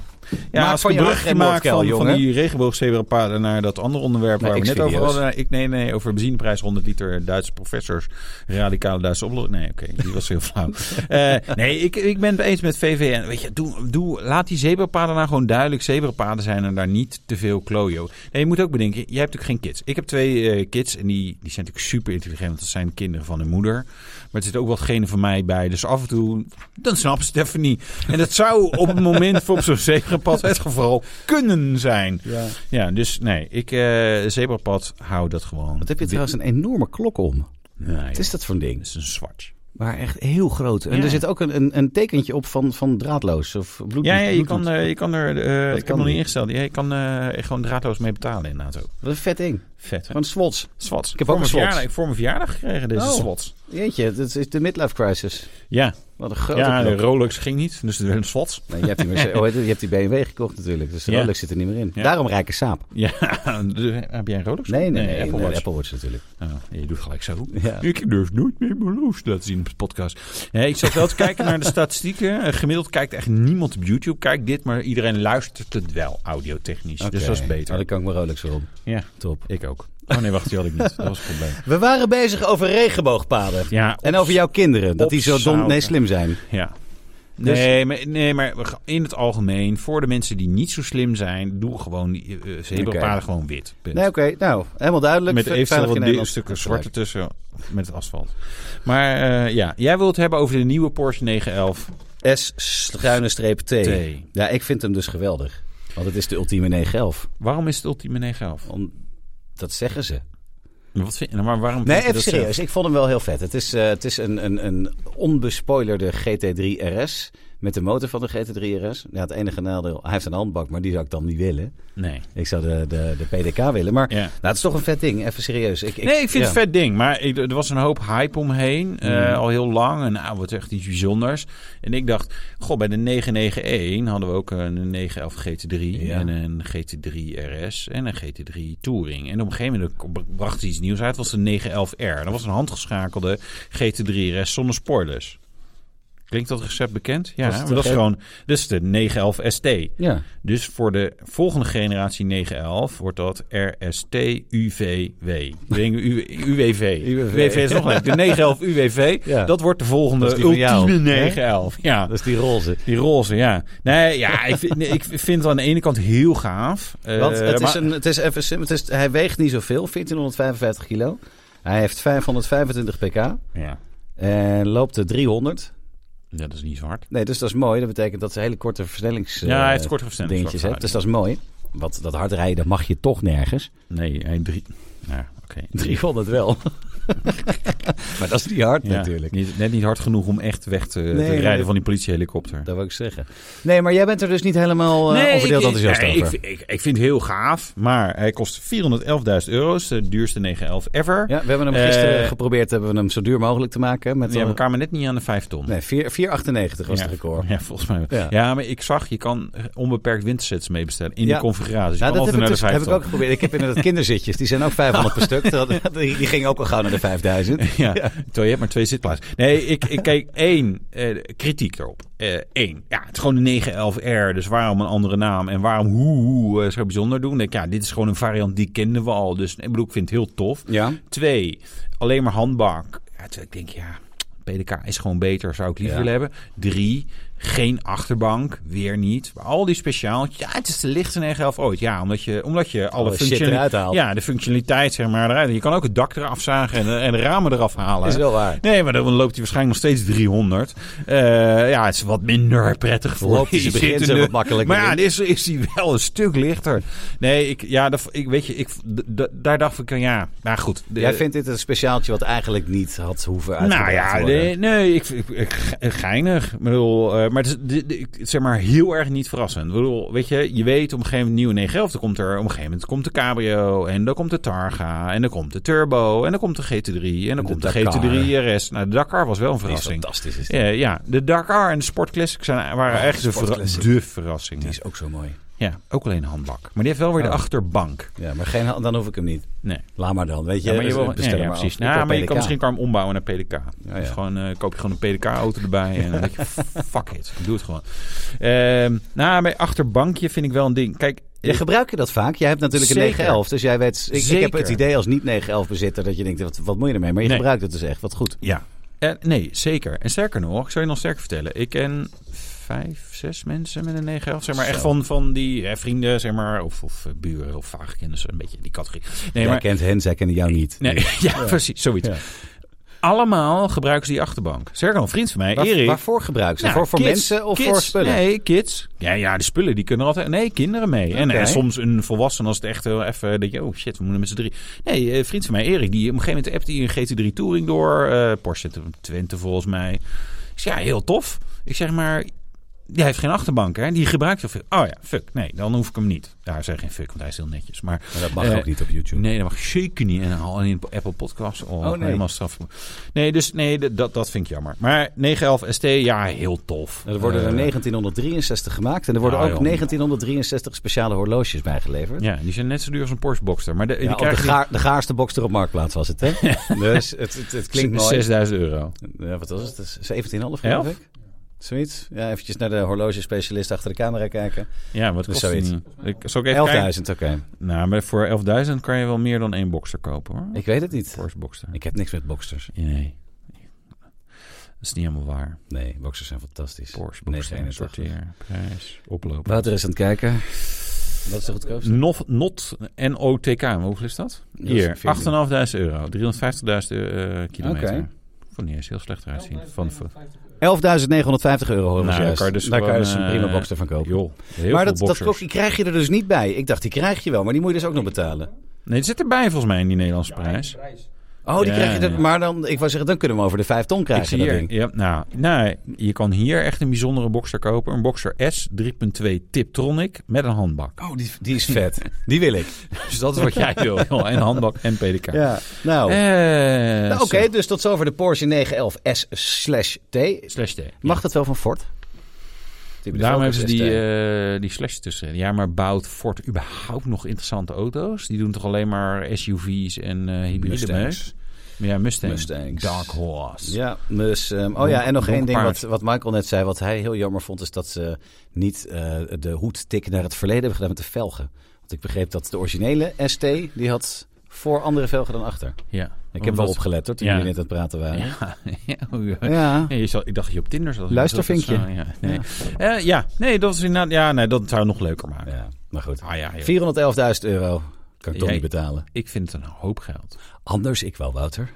Speaker 1: Ja,
Speaker 2: Maak
Speaker 1: als ik
Speaker 2: van
Speaker 1: een
Speaker 2: je
Speaker 1: brugje
Speaker 2: hart geen
Speaker 1: maak van,
Speaker 2: moordkuil,
Speaker 1: van
Speaker 2: jongen.
Speaker 1: die regenboogzebrapaden naar nou dat andere onderwerp
Speaker 2: Naar
Speaker 1: waar we net over
Speaker 2: X-video's.
Speaker 1: hadden. Ik, Oh, nee, nee, over benzineprijs 100 liter Duitse professors, radicale Duitse oplossing. Nee, oké, die was heel flauw. Eh, nee, ik, ik ben het eens met VVN. Weet je, doe, doe, laat die zebrapaden nou gewoon duidelijk zebrapaden zijn en daar niet te veel klojo. Nee, je moet ook bedenken, jij hebt natuurlijk geen kids. Ik heb twee eh, kids en die, die zijn natuurlijk super intelligent, want dat zijn kinderen van hun moeder. Maar er zit ook wat genen van mij bij. Dus af en toe, dan snappen ze het even niet. En dat zou op het moment voor op zo'n zebrapad het geval kunnen zijn.
Speaker 2: Ja.
Speaker 1: Ja, dus nee, ik eh, zebrapad hou dat gewoon.
Speaker 2: Wat heb je trouwens een enorme klok om?
Speaker 1: Nee,
Speaker 2: Wat
Speaker 1: het
Speaker 2: is dat voor een ding?
Speaker 1: is een zwart.
Speaker 2: Maar echt heel groot. En
Speaker 1: Ja.
Speaker 2: er zit ook een, een, een tekentje op van, van draadloos. Of bloed,
Speaker 1: Ja, ja je,
Speaker 2: bloed-
Speaker 1: kan, eh, je kan er. eh, ik heb hem
Speaker 2: kan
Speaker 1: nog
Speaker 2: niet.
Speaker 1: niet ingesteld. Ja, je kan eh, echt gewoon draadloos mee betalen inderdaad ook.
Speaker 2: Wat een vet ding.
Speaker 1: Vet, hè?
Speaker 2: Van Swots.
Speaker 1: Swats.
Speaker 2: Ik heb
Speaker 1: Voor
Speaker 2: ook
Speaker 1: mijn
Speaker 2: een Swatch.
Speaker 1: verjaardag- Ik voor mijn verjaardag gekregen deze
Speaker 2: Oh.
Speaker 1: Swats.
Speaker 2: Jeetje, dat is de midlife crisis.
Speaker 1: Ja,
Speaker 2: Wat een grote
Speaker 1: ja de
Speaker 2: knop.
Speaker 1: Rolex ging niet, dus het werd een Swats.
Speaker 2: Nee, je, hebt die
Speaker 1: <laughs>
Speaker 2: Mercedes- oh, heet het? je hebt die BMW gekocht natuurlijk, dus de
Speaker 1: Ja.
Speaker 2: Rolex zit er niet meer in.
Speaker 1: Ja.
Speaker 2: Daarom rijke saap.
Speaker 1: Ja, <laughs> de- heb jij een Rolex?
Speaker 2: Nee, nee, nee, nee,
Speaker 1: Apple
Speaker 2: Apple,
Speaker 1: Watch.
Speaker 2: Watch natuurlijk.
Speaker 1: Ah, je doet gelijk zo.
Speaker 2: Ja.
Speaker 1: Ik durf nooit meer mijn loos te laten zien op de podcast. Nee, ik zat wel te kijken naar de statistieken. Eh, Gemiddeld kijkt echt niemand op YouTube. Kijkt dit, maar iedereen luistert het wel audiotechnisch. Dus
Speaker 2: Oké.
Speaker 1: dat is
Speaker 2: Oh,
Speaker 1: beter.
Speaker 2: dan kan ik mijn Rolex weer om.
Speaker 1: Ja,
Speaker 2: Top.
Speaker 1: ik ook. Oh nee, wacht, die had ik niet. Dat was het probleem.
Speaker 2: We waren bezig over regenboogpaden.
Speaker 1: Ja,
Speaker 2: En over jouw kinderen, dat die zo dom,
Speaker 1: Opzouten.
Speaker 2: nee, slim zijn.
Speaker 1: ja.
Speaker 2: Dus-
Speaker 1: Nee, maar, nee, maar we gaan- in het algemeen, voor de mensen die niet zo slim zijn, doe gewoon die eh, eh, zebraparen
Speaker 2: Oké.
Speaker 1: gewoon wit. Punt.
Speaker 2: Nee, oké. nou, helemaal duidelijk.
Speaker 1: met
Speaker 2: Ve-
Speaker 1: eventueel
Speaker 2: veilig
Speaker 1: wat di-
Speaker 2: in Nederland.
Speaker 1: stukken zwarte tussen met het asfalt. Maar eh, ja, jij wilt het hebben over de nieuwe Porsche 911
Speaker 2: S schuine streep T.
Speaker 1: T.
Speaker 2: Ja, ik vind hem dus geweldig. Want het is de ultieme 911.
Speaker 1: Waarom is het ultieme 911?
Speaker 2: Om, dat zeggen ze.
Speaker 1: Maar Wat vind, maar waarom
Speaker 2: Nee,
Speaker 1: vind je
Speaker 2: even
Speaker 1: dat zo?
Speaker 2: serieus. Ik vond hem wel heel vet. Het is, eh, het is een, een, een onbespoilerde GT3 RS. Met de motor van de GT3 RS. Ja, het enige nadeel, hij heeft een handbak, maar die zou ik dan niet willen.
Speaker 1: Nee.
Speaker 2: Ik zou de, de, de PDK willen. Maar
Speaker 1: Ja.
Speaker 2: nou, het is toch een vet ding. Even serieus. Ik, ik,
Speaker 1: nee, ik vind
Speaker 2: ja. Mhm.
Speaker 1: het een vet ding. Maar ik- er was een hoop hype omheen. eh, Al heel lang. En nou, wat echt iets bijzonders. En ik dacht, goh, bij de 991 hadden we ook een 911 GT3.
Speaker 2: Ja.
Speaker 1: En een GT3 RS. En een GT3 Touring. En op een gegeven moment bracht ze iets nieuws uit. Het was de 911R. Dat was een handgeschakelde GT3 RS zonder spoilers. Klinkt dat recept bekend? Ja,
Speaker 2: Was het
Speaker 1: maar
Speaker 2: een
Speaker 1: dat is
Speaker 2: ge-
Speaker 1: gewoon... Dat is de 911 ST.
Speaker 2: Ja.
Speaker 1: Dus voor de volgende generatie 911 wordt dat RST-UVW. Ik denk U- UWV.
Speaker 2: UWV.
Speaker 1: UWV is nog leuk. De 911 UWV,
Speaker 2: Ja.
Speaker 1: dat wordt de volgende
Speaker 2: Dat is die van jou,
Speaker 1: ultieme
Speaker 2: hè?
Speaker 1: 911. Ja.
Speaker 2: Dat is die roze.
Speaker 1: Die roze, ja. Nee, ja, ik vind, nee, ik vind het aan de ene kant heel gaaf. Eh,
Speaker 2: Want het is,
Speaker 1: maar-
Speaker 2: een, het is even sim- het is, hij weegt niet zoveel, 1455 kilo. Hij heeft 525 pk
Speaker 1: Ja.
Speaker 2: en loopt de 300.
Speaker 1: ja, dat is niet zwart.
Speaker 2: Nee, dus dat is mooi. Dat betekent dat ze hele korte versnellings
Speaker 1: Ja, hij heeft
Speaker 2: eh,
Speaker 1: kortere versnelling.
Speaker 2: dingetjes hebt. Dus dat is mooi. Want dat hard rijden, dat mag je toch
Speaker 1: <laughs>
Speaker 2: nergens.
Speaker 1: Nee, hij drie... Ja, oké.
Speaker 2: 300
Speaker 1: <laughs>
Speaker 2: wel. maar dat is niet hard
Speaker 1: Ja,
Speaker 2: <laughs> natuurlijk.
Speaker 1: niet- net niet hard genoeg om echt weg te, te
Speaker 2: Nee, nee.
Speaker 1: rijden van die politiehelikopter.
Speaker 2: Dat wil ik zeggen. Nee, maar jij bent er dus niet helemaal eh onverdeeld enthousiast
Speaker 1: nee,
Speaker 2: over.
Speaker 1: Ik, ik, ik vind het heel gaaf, maar hij kost 411.000 euro's. De duurste 911 ever.
Speaker 2: Ja, we hebben hem
Speaker 1: Eh,
Speaker 2: gisteren geprobeerd hebben we hem zo duur mogelijk te maken. Met
Speaker 1: Die hebben
Speaker 2: eh,
Speaker 1: elkaar maar net niet aan de 5 ton.
Speaker 2: nee, 4 4,98 was
Speaker 1: ja,
Speaker 2: het record.
Speaker 1: Ja, volgens mij wel.
Speaker 2: Ja.
Speaker 1: Ja. maar ik zag, je kan eh, onbeperkt wintersets mee bestellen in
Speaker 2: Ja.
Speaker 1: die configuratie. Je
Speaker 2: Nou,
Speaker 1: kan
Speaker 2: dat heb
Speaker 1: altijd
Speaker 2: ik,
Speaker 1: naar de 5
Speaker 2: dus, heb ik
Speaker 1: ton.
Speaker 2: ook geprobeerd. Ik heb inderdaad kinderzitjes. Die zijn ook 500 per stuk. Dat- Die, die gingen ook al gauw naar de 5000.
Speaker 1: <laughs> Ja, terwijl je hebt maar twee zitplaatsen. Nee, ik, ik kijk één eh, kritiek erop. Eh één, ja, het is gewoon de 911R, dus waarom een andere naam en waarom hoe, hoe eh, zo bijzonder doen? Ik Denk, ja, dit is gewoon een variant die kenden we al, dus ik bedoel, ik vind het heel tof.
Speaker 2: Ja.
Speaker 1: Twee, alleen maar handbak. Ja, terwijl ik denk, ja, PDK is gewoon beter, zou ik liever
Speaker 2: Ja.
Speaker 1: willen hebben. Drie, geen achterbank, weer niet. Maar al die speciaaltjes, ja, het is de lichtste 911 ooit. Ja, omdat je, omdat je alle,
Speaker 2: Alle shit
Speaker 1: functioni-
Speaker 2: eruit haalt.
Speaker 1: Ja, de functionaliteit zeg maar eruit. Je kan ook het dak eraf zagen en, en de ramen eraf halen.
Speaker 2: Is wel waar.
Speaker 1: Nee, maar dan loopt hij waarschijnlijk nog steeds 300. Eh, ja, het is wat minder prettig voor
Speaker 2: Loopt
Speaker 1: die
Speaker 2: hij zijn begrenzen
Speaker 1: zittende.
Speaker 2: wat makkelijker
Speaker 1: Maar ja,
Speaker 2: in.
Speaker 1: is, is die wel een stuk lichter. Nee, ik, ja, dat, ik, weet je, ik, d- d- daar dacht ik aan, ja, maar goed. de-
Speaker 2: Jij vindt dit een speciaaltje wat eigenlijk niet had hoeven
Speaker 1: nou
Speaker 2: uitgebracht
Speaker 1: ja,
Speaker 2: te worden.
Speaker 1: nee, nee, ik, ik, ik- ge- geinig. Ik bedoel, eh, maar het is dit- dit- ik- zeg maar heel erg niet verrassend. Ik bedoel, weet je, je weet op een gegeven moment nieuwe 911, dan komt er op een gegeven moment komt de Cabrio en dan komt de Targa en dan komt de Turbo en dan komt de GT3 en dan
Speaker 2: De
Speaker 1: komt de
Speaker 2: Dakar.
Speaker 1: GT3 RS. Nou, de Dakar was wel een
Speaker 2: Die is
Speaker 1: verrassing.
Speaker 2: fantastisch. Is die.
Speaker 1: Ja, ja, de Dakar en de Sport Classic zijn, waren
Speaker 2: Oh,
Speaker 1: echt de,
Speaker 2: Sport
Speaker 1: verra-
Speaker 2: Classic.
Speaker 1: de verrassingen.
Speaker 2: die is ook zo mooi.
Speaker 1: Ja, ook alleen een handbak. Maar die heeft wel weer
Speaker 2: Oh.
Speaker 1: de achterbank.
Speaker 2: Ja, maar geen, hand- dan hoef ik hem niet.
Speaker 1: Nee.
Speaker 2: Laat maar dan, weet je.
Speaker 1: Ja, maar je, wil,
Speaker 2: bestel
Speaker 1: ja,
Speaker 2: hem
Speaker 1: ja,
Speaker 2: maar
Speaker 1: precies.
Speaker 2: af. Ik
Speaker 1: Nou,
Speaker 2: wil
Speaker 1: maar je kan
Speaker 2: PDK.
Speaker 1: misschien kan hem ombouwen naar PDK.
Speaker 2: Ja,
Speaker 1: Dus
Speaker 2: ja.
Speaker 1: gewoon, eh, koop je gewoon een PDK-auto erbij en dan denk <laughs> je, fuck it, doe het gewoon. Ehm nou, maar achterbankje vind ik wel een ding. Kijk, eh,
Speaker 2: Ja, gebruik je dat vaak? Jij hebt natuurlijk
Speaker 1: Zeker.
Speaker 2: een 911, dus jij weet... Ik, ik heb
Speaker 1: Zeker.
Speaker 2: het idee als niet 911 bezitter dat je denkt, wat, wat moet je ermee? Maar je
Speaker 1: Nee.
Speaker 2: gebruikt het dus echt, wat goed.
Speaker 1: ja. Eh, nee, zeker. En sterker nog, ik zou je nog sterker vertellen. Ik ken vijf, zes mensen met een 911. Zeg maar echt
Speaker 2: Zo.
Speaker 1: van, van die eh, vrienden, zeg maar. Of, of eh, buren of vage kennissen. Een beetje die categorie. Nee,
Speaker 2: Jij
Speaker 1: maar...
Speaker 2: kent hen, zij kennen jou niet.
Speaker 1: Nee, <laughs> ja, precies. Zoiets.
Speaker 2: Ja.
Speaker 1: Allemaal gebruiken ze die achterbank. Sterker nog, een vriend van mij,
Speaker 2: Waar-
Speaker 1: Erik...
Speaker 2: waarvoor gebruik ze?
Speaker 1: Nou,
Speaker 2: voor voor
Speaker 1: kids,
Speaker 2: mensen of
Speaker 1: kids.
Speaker 2: voor spullen?
Speaker 1: Nee, kids. Ja, ja, de spullen die kunnen er altijd. Nee, kinderen mee. En,
Speaker 2: Oké.
Speaker 1: en soms een volwassen als het echt wel even. Dat je, oh shit, we moeten met z'n drie. Nee, eh, vriend van mij, Erik, die op een gegeven moment appt die een GT3 Touring door. eh Porsche Twente volgens mij. Ik zeg, ja, heel tof. Ik zeg maar. Die heeft geen achterbank, hè? Die gebruikt heel veel. Oh ja, fuck. Nee, dan hoef ik hem niet. Ja, hij zei geen fuck, want hij is heel netjes. Maar
Speaker 2: Maar dat mag
Speaker 1: Eh,
Speaker 2: ook niet op YouTube.
Speaker 1: Nee, dat mag zeker niet. En al in Apple Podcasts. Oh,
Speaker 2: nee.
Speaker 1: helemaal straf. Nee, dus nee, d- dat, dat vind ik jammer. Maar 911 ST, ja, heel tof.
Speaker 2: Er worden er
Speaker 1: Eh,
Speaker 2: 1963 gemaakt en er worden
Speaker 1: ja,
Speaker 2: ook
Speaker 1: Nou, joh.
Speaker 2: 1963 speciale horloges bijgeleverd.
Speaker 1: Ja, die zijn net zo duur als een Porsche Boxster. Maar de, die
Speaker 2: Ja, op de,
Speaker 1: krijgen
Speaker 2: gaar- de gaarste boxer op Marktplaats was
Speaker 1: <laughs>
Speaker 2: het, hè? dus het, het, het klinkt mooi.
Speaker 1: 6000 euro.
Speaker 2: Ja, wat was het? Het is 17,5 geloof
Speaker 1: Elf?
Speaker 2: ik. Zoiets. Ja, eventjes naar de horlogespecialist achter de camera kijken. 11.000,
Speaker 1: Ja, wat kost
Speaker 2: zoiets.
Speaker 1: die? Ik, zal ik even
Speaker 2: oké.
Speaker 1: kijken? Nou, maar voor 11.000 kan je wel meer dan één Boxster kopen, hoor.
Speaker 2: Ik weet het niet.
Speaker 1: Porsche Boxster.
Speaker 2: Ik heb niks met boxers.
Speaker 1: Nee. Dat is niet helemaal waar.
Speaker 2: Nee, boxers zijn fantastisch.
Speaker 1: Porsche,
Speaker 2: Nee,
Speaker 1: boxen,
Speaker 2: geen
Speaker 1: sorteer, prijs, oplopen.
Speaker 2: Wouter is aan het kijken. Wat is de goedkoopste?
Speaker 1: Not, not NOTK, maar hoeveel is dat?
Speaker 2: Dat is
Speaker 1: Hier,
Speaker 2: 14.
Speaker 1: 8.500 euro, 350.000 eh, kilometer.
Speaker 2: Oké.
Speaker 1: Vond niet eens heel slecht eruit zien. Van, van,
Speaker 2: 11.950 euro hoor
Speaker 1: Nou,
Speaker 2: juist.
Speaker 1: kan je dus
Speaker 2: Daar kan je
Speaker 1: gewoon,
Speaker 2: dus een prima
Speaker 1: eh,
Speaker 2: box ervan kopen.
Speaker 1: joh, heel veel
Speaker 2: maar dat, dat
Speaker 1: boxers.
Speaker 2: klokje krijg je er dus niet bij. Ik dacht, die krijg je wel, maar die moet je dus ook nog betalen.
Speaker 1: Nee, het zit erbij volgens mij in die Nederlandse prijs.
Speaker 2: Oh, die
Speaker 1: Ja,
Speaker 2: krijg je er,
Speaker 1: ja.
Speaker 2: maar dan, ik wou zeggen, dan kunnen we over de 5 ton
Speaker 1: Ik
Speaker 2: krijgen.
Speaker 1: zie
Speaker 2: Dat
Speaker 1: hier,
Speaker 2: ding.
Speaker 1: ja, nou, nou, je kan hier echt een bijzondere boxer kopen. Een boxer S 3.2 Tiptronic met een
Speaker 2: <laughs>
Speaker 1: handbak.
Speaker 2: Oh, die, die is vet. die wil ik.
Speaker 1: Dus dat is wat jij <laughs> wil. joh. En handbak en PDK.
Speaker 2: Ja, nou.
Speaker 1: Eh,
Speaker 2: nou Oké,
Speaker 1: zo.
Speaker 2: dus tot zover de Porsche 911 S slash T.
Speaker 1: Slash T.
Speaker 2: Mag dat wel van Ford? Die hebben dus
Speaker 1: Daarom
Speaker 2: ook een
Speaker 1: hebben ze die,
Speaker 2: ST.
Speaker 1: eh, die slash tussen. Ja, maar bouwt Ford überhaupt nog interessante auto's? Die doen toch alleen maar SUV's en eh hybride mee?
Speaker 2: Mustangs.
Speaker 1: Ja, Mustang.
Speaker 2: Mustangs.
Speaker 1: Dark Horse.
Speaker 2: Ja, dus, ehm, oh ja, en nog
Speaker 1: Donker
Speaker 2: één ding wat,
Speaker 1: paard.
Speaker 2: wat Michael net zei, wat hij heel jammer vond, is dat ze niet eh, de hoed tikken naar het verleden hebben gedaan met de velgen. Want ik begreep dat de originele ST, die had voor andere velgen dan achter.
Speaker 1: Ja.
Speaker 2: Ik heb
Speaker 1: Omdat-
Speaker 2: wel opgelet hoor, toen
Speaker 1: Oh, Ja.
Speaker 2: jullie net aan het praten waren. <laughs>
Speaker 1: Ja. Oh, ja.
Speaker 2: Ja.
Speaker 1: Nee, je zal, ik dacht dat je op Tinder zat.
Speaker 2: Luistervinkje.
Speaker 1: Dat is, eh, Ja, nee. Ja. ja, nee, dat is inderdaad. Ja, nee, dat zou nog leuker maken.
Speaker 2: Ja, maar goed.
Speaker 1: Ah ja,
Speaker 2: 411.000
Speaker 1: joh.
Speaker 2: euro kan ik toch
Speaker 1: Jij-
Speaker 2: niet betalen.
Speaker 1: ik vind het een hoop geld.
Speaker 2: Anders ik wel,
Speaker 1: <laughs>
Speaker 2: Wouter.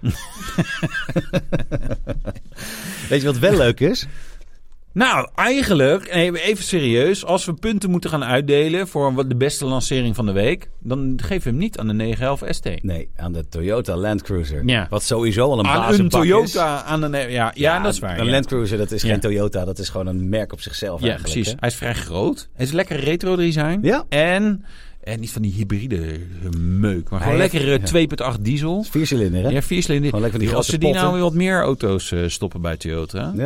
Speaker 2: Weet je wat wel leuk is?
Speaker 1: Nou, eigenlijk, nee, even serieus. Als we punten moeten gaan uitdelen voor wat de beste lancering van de week, dan geven we hem niet aan de 911 ST.
Speaker 2: Nee, aan de Toyota Land Cruiser.
Speaker 1: Ja.
Speaker 2: Wat sowieso al een
Speaker 1: Aan een
Speaker 2: bazenbak is.
Speaker 1: Toyota, aan een... Ja, ja, dat is waar.
Speaker 2: Een
Speaker 1: ja.
Speaker 2: Land Cruiser, dat is
Speaker 1: Ja.
Speaker 2: geen Toyota. Dat is gewoon een merk op zichzelf
Speaker 1: Ja,
Speaker 2: eigenlijk.
Speaker 1: precies. Hij is vrij groot. Hij is lekker retro design.
Speaker 2: Ja.
Speaker 1: En, en niet van die hybride meuk, maar gewoon
Speaker 2: Hij heeft-
Speaker 1: lekkere 2.8 diesel.
Speaker 2: Vier cilinder, hè?
Speaker 1: Ja, vier cilinder.
Speaker 2: Gewoon lekker van die
Speaker 1: Als
Speaker 2: grote
Speaker 1: ze die nou
Speaker 2: potten.
Speaker 1: weer wat meer auto's eh, stoppen bij Toyota. Ja,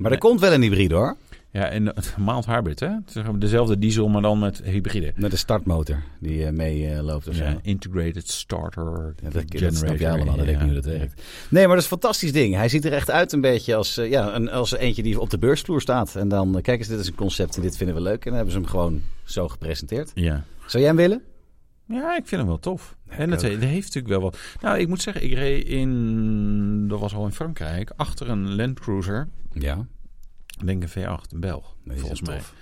Speaker 2: Ja. Maar er komt wel een hybride, hoor.
Speaker 1: en eh, het mild hybrid, hè? Het is gewoon dezelfde diesel, maar dan met hybride.
Speaker 2: Met een startmotor die eh, mee eh, loopt of zo.
Speaker 1: Ja, integrated starter
Speaker 2: Ja, dat, dat
Speaker 1: generator.
Speaker 2: snap je allemaal, dat weet ik
Speaker 1: Ja.
Speaker 2: nu dat werkt. Nee, maar dat is een fantastisch ding. Hij ziet er echt uit een beetje als, eh, ja, een, als eentje die op de beursvloer staat. En dan, eh, kijk eens, dit is een concept en dit vinden we leuk. En dan hebben ze hem gewoon zo gepresenteerd.
Speaker 1: Ja.
Speaker 2: Zou jij hem willen?
Speaker 1: Ja, ik vind hem wel tof.
Speaker 2: ik
Speaker 1: en dat,
Speaker 2: ook.
Speaker 1: dat heeft natuurlijk wel wat. Nou, ik moet zeggen, ik reed in. Dat was al in Frankrijk. Achter een Land Cruiser.
Speaker 2: Ja.
Speaker 1: Ik Denk een V8, een Belg.
Speaker 2: Nee, die
Speaker 1: volgens
Speaker 2: is
Speaker 1: mij.
Speaker 2: tof.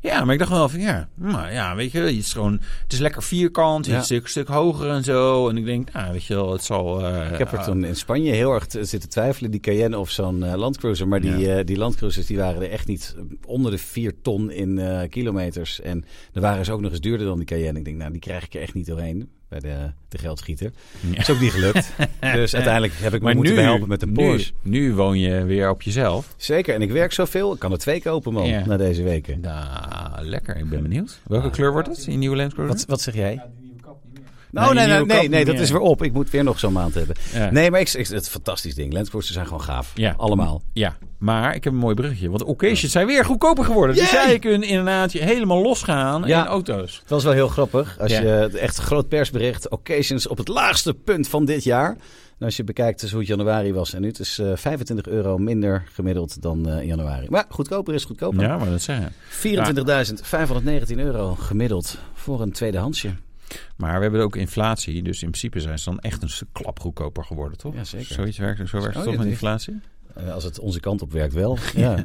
Speaker 1: Ja, maar ik dacht wel van ja. Maar ja, weet je, het is gewoon. Het is lekker vierkant. Het
Speaker 2: Ja.
Speaker 1: is een stuk, stuk hoger en zo. En ik denk, nou, weet je wel, het zal. eh,
Speaker 2: Ik heb er toen in Spanje heel erg t- zitten twijfelen, die Cayenne of zo'n eh, landcruiser. Maar die, eh, die landcruisers die waren er echt niet onder de 4 ton in eh, kilometers. En er waren ze ook nog eens duurder dan die Cayenne. Ik denk, nou, die krijg ik er echt niet doorheen bij de, de geldschieter.
Speaker 1: Ja.
Speaker 2: Is ook niet gelukt.
Speaker 1: <laughs>
Speaker 2: dus uiteindelijk heb ik me
Speaker 1: Maar
Speaker 2: moeten
Speaker 1: nu,
Speaker 2: helpen met een Porsche.
Speaker 1: Nu, nu woon je weer op jezelf.
Speaker 2: Zeker, en ik werk zoveel. Ik kan er twee kopen, man,
Speaker 1: Ja.
Speaker 2: na deze weken.
Speaker 1: Nou, lekker. Ik ben benieuwd. Welke kleur wordt het in nieuwe Land Cruiser?
Speaker 2: Wat, wat zeg jij?
Speaker 1: Nee,
Speaker 2: Nou,
Speaker 1: die
Speaker 2: nee, nee,
Speaker 1: nieuwe
Speaker 2: nee,
Speaker 1: kap
Speaker 2: nee,
Speaker 1: niet
Speaker 2: dat
Speaker 1: meer.
Speaker 2: is weer op. Ik moet weer nog zo'n maand hebben.
Speaker 1: Ja.
Speaker 2: Nee, maar ik, ik, het is een fantastisch ding. Landcruisers zijn gewoon gaaf.
Speaker 1: Ja.
Speaker 2: Allemaal.
Speaker 1: Ja, maar ik heb een mooi bruggetje. Want occasions zijn weer goedkoper geworden. Dus
Speaker 2: Yay!
Speaker 1: jij kunt inderdaad je helemaal losgaan
Speaker 2: Ja.
Speaker 1: in auto's.
Speaker 2: Het was wel heel grappig. Als
Speaker 1: Ja.
Speaker 2: je het echt groot persbericht, occasions op het laagste punt van dit jaar. En als je bekijkt dus hoe het januari was en nu, het is eh, 25 euro minder gemiddeld dan eh, in januari. Maar goedkoper is goedkoper.
Speaker 1: Ja, maar dat zeggen.
Speaker 2: 24.519 euro gemiddeld voor een tweedehandsje.
Speaker 1: Maar we hebben ook inflatie. Dus in principe zijn ze dan echt een stuk klap goedkoper geworden, toch?
Speaker 2: Ja, zeker.
Speaker 1: Zoiets werkt, zo werkt
Speaker 2: Oh,
Speaker 1: het toch
Speaker 2: ja,
Speaker 1: met
Speaker 2: dit-
Speaker 1: inflatie?
Speaker 2: Eh, als het onze kant op werkt wel. Ja.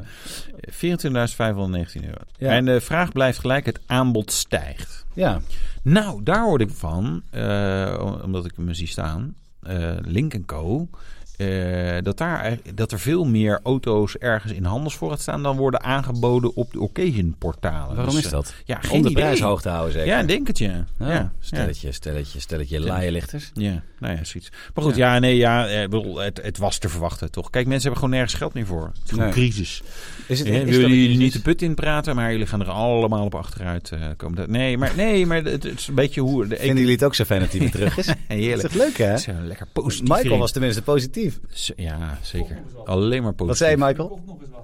Speaker 1: 24.519 Eh, euro.
Speaker 2: Ja.
Speaker 1: En de vraag blijft gelijk, het aanbod stijgt.
Speaker 2: ja.
Speaker 1: Nou, daar hoorde ik van, eh, omdat ik hem zie staan, eh Link Co. eh, dat, daar, eigenlijk- dat er veel meer auto's ergens in handelsvoorraad staan dan worden aangeboden op de occasion-portalen.
Speaker 2: Waarom
Speaker 1: Dus,
Speaker 2: is dat?
Speaker 1: eh, Ja, geen
Speaker 2: Om de
Speaker 1: idee.
Speaker 2: prijs hoog te houden zeker.
Speaker 1: Ja, ik denk het ja.
Speaker 2: Nou,
Speaker 1: ja. ja.
Speaker 2: Stelletje, stelletje, stelletje laaienlichters.
Speaker 1: Ja, nou ja, zoiets. Maar goed, ja, nee, ja, eh, ik bedoel, het, het was te verwachten, toch? Kijk, mensen hebben gewoon nergens geld meer voor. Het is gewoon
Speaker 2: Nee.
Speaker 1: crisis.
Speaker 2: Is het,
Speaker 1: Ja,
Speaker 2: is dat
Speaker 1: willen
Speaker 2: een
Speaker 1: jullie niet
Speaker 2: crisis?
Speaker 1: de put in praten, maar jullie gaan er allemaal op achteruit eh, komen. Dat- Nee, maar, nee, maar het, het is een beetje hoe... De,
Speaker 2: Vinden jullie het ook zo fijn dat hij <laughs> weer terug is? Dat is
Speaker 1: Heerlijk.
Speaker 2: echt leuk hè?
Speaker 1: Het is een lekker positief.
Speaker 2: Michael was tenminste positief.
Speaker 1: Ja, zeker. Alleen maar positief.
Speaker 2: Wat zei je, Michael?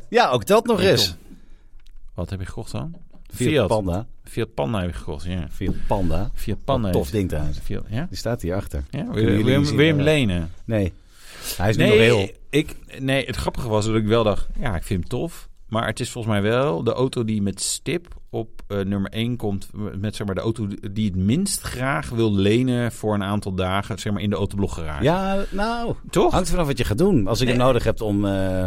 Speaker 2: Ja, ook dat nog eens.
Speaker 1: Wat heb je gekocht dan?
Speaker 2: Fiat, Panda.
Speaker 1: Fiat Panda heb je gekocht, ja.
Speaker 2: Fiat Panda.
Speaker 1: Fiat Panda.
Speaker 2: Tof
Speaker 1: heeft-
Speaker 2: ding trouwens.
Speaker 1: Fiat, ja?
Speaker 2: Die staat hier achter.
Speaker 1: ja? Wil
Speaker 2: jullie
Speaker 1: je- wil je
Speaker 2: die
Speaker 1: hem-
Speaker 2: zien,
Speaker 1: wil je hem
Speaker 2: eh?
Speaker 1: lenen?
Speaker 2: Nee. Hij is nu nog
Speaker 1: nee,
Speaker 2: heel.
Speaker 1: Ik, nee, het grappige was dat ik wel dacht, ja, ik vind hem tof. Maar het is volgens mij wel de auto die met stip op eh, nummer 1 komt. Met zeg maar de auto die het minst graag wil lenen voor een aantal dagen. Ah. Zeg maar in de autoblog geraakt.
Speaker 2: Ja, nou.
Speaker 1: Toch?
Speaker 2: Hangt vanaf wat je gaat doen. Als ik hem nodig heb om eh,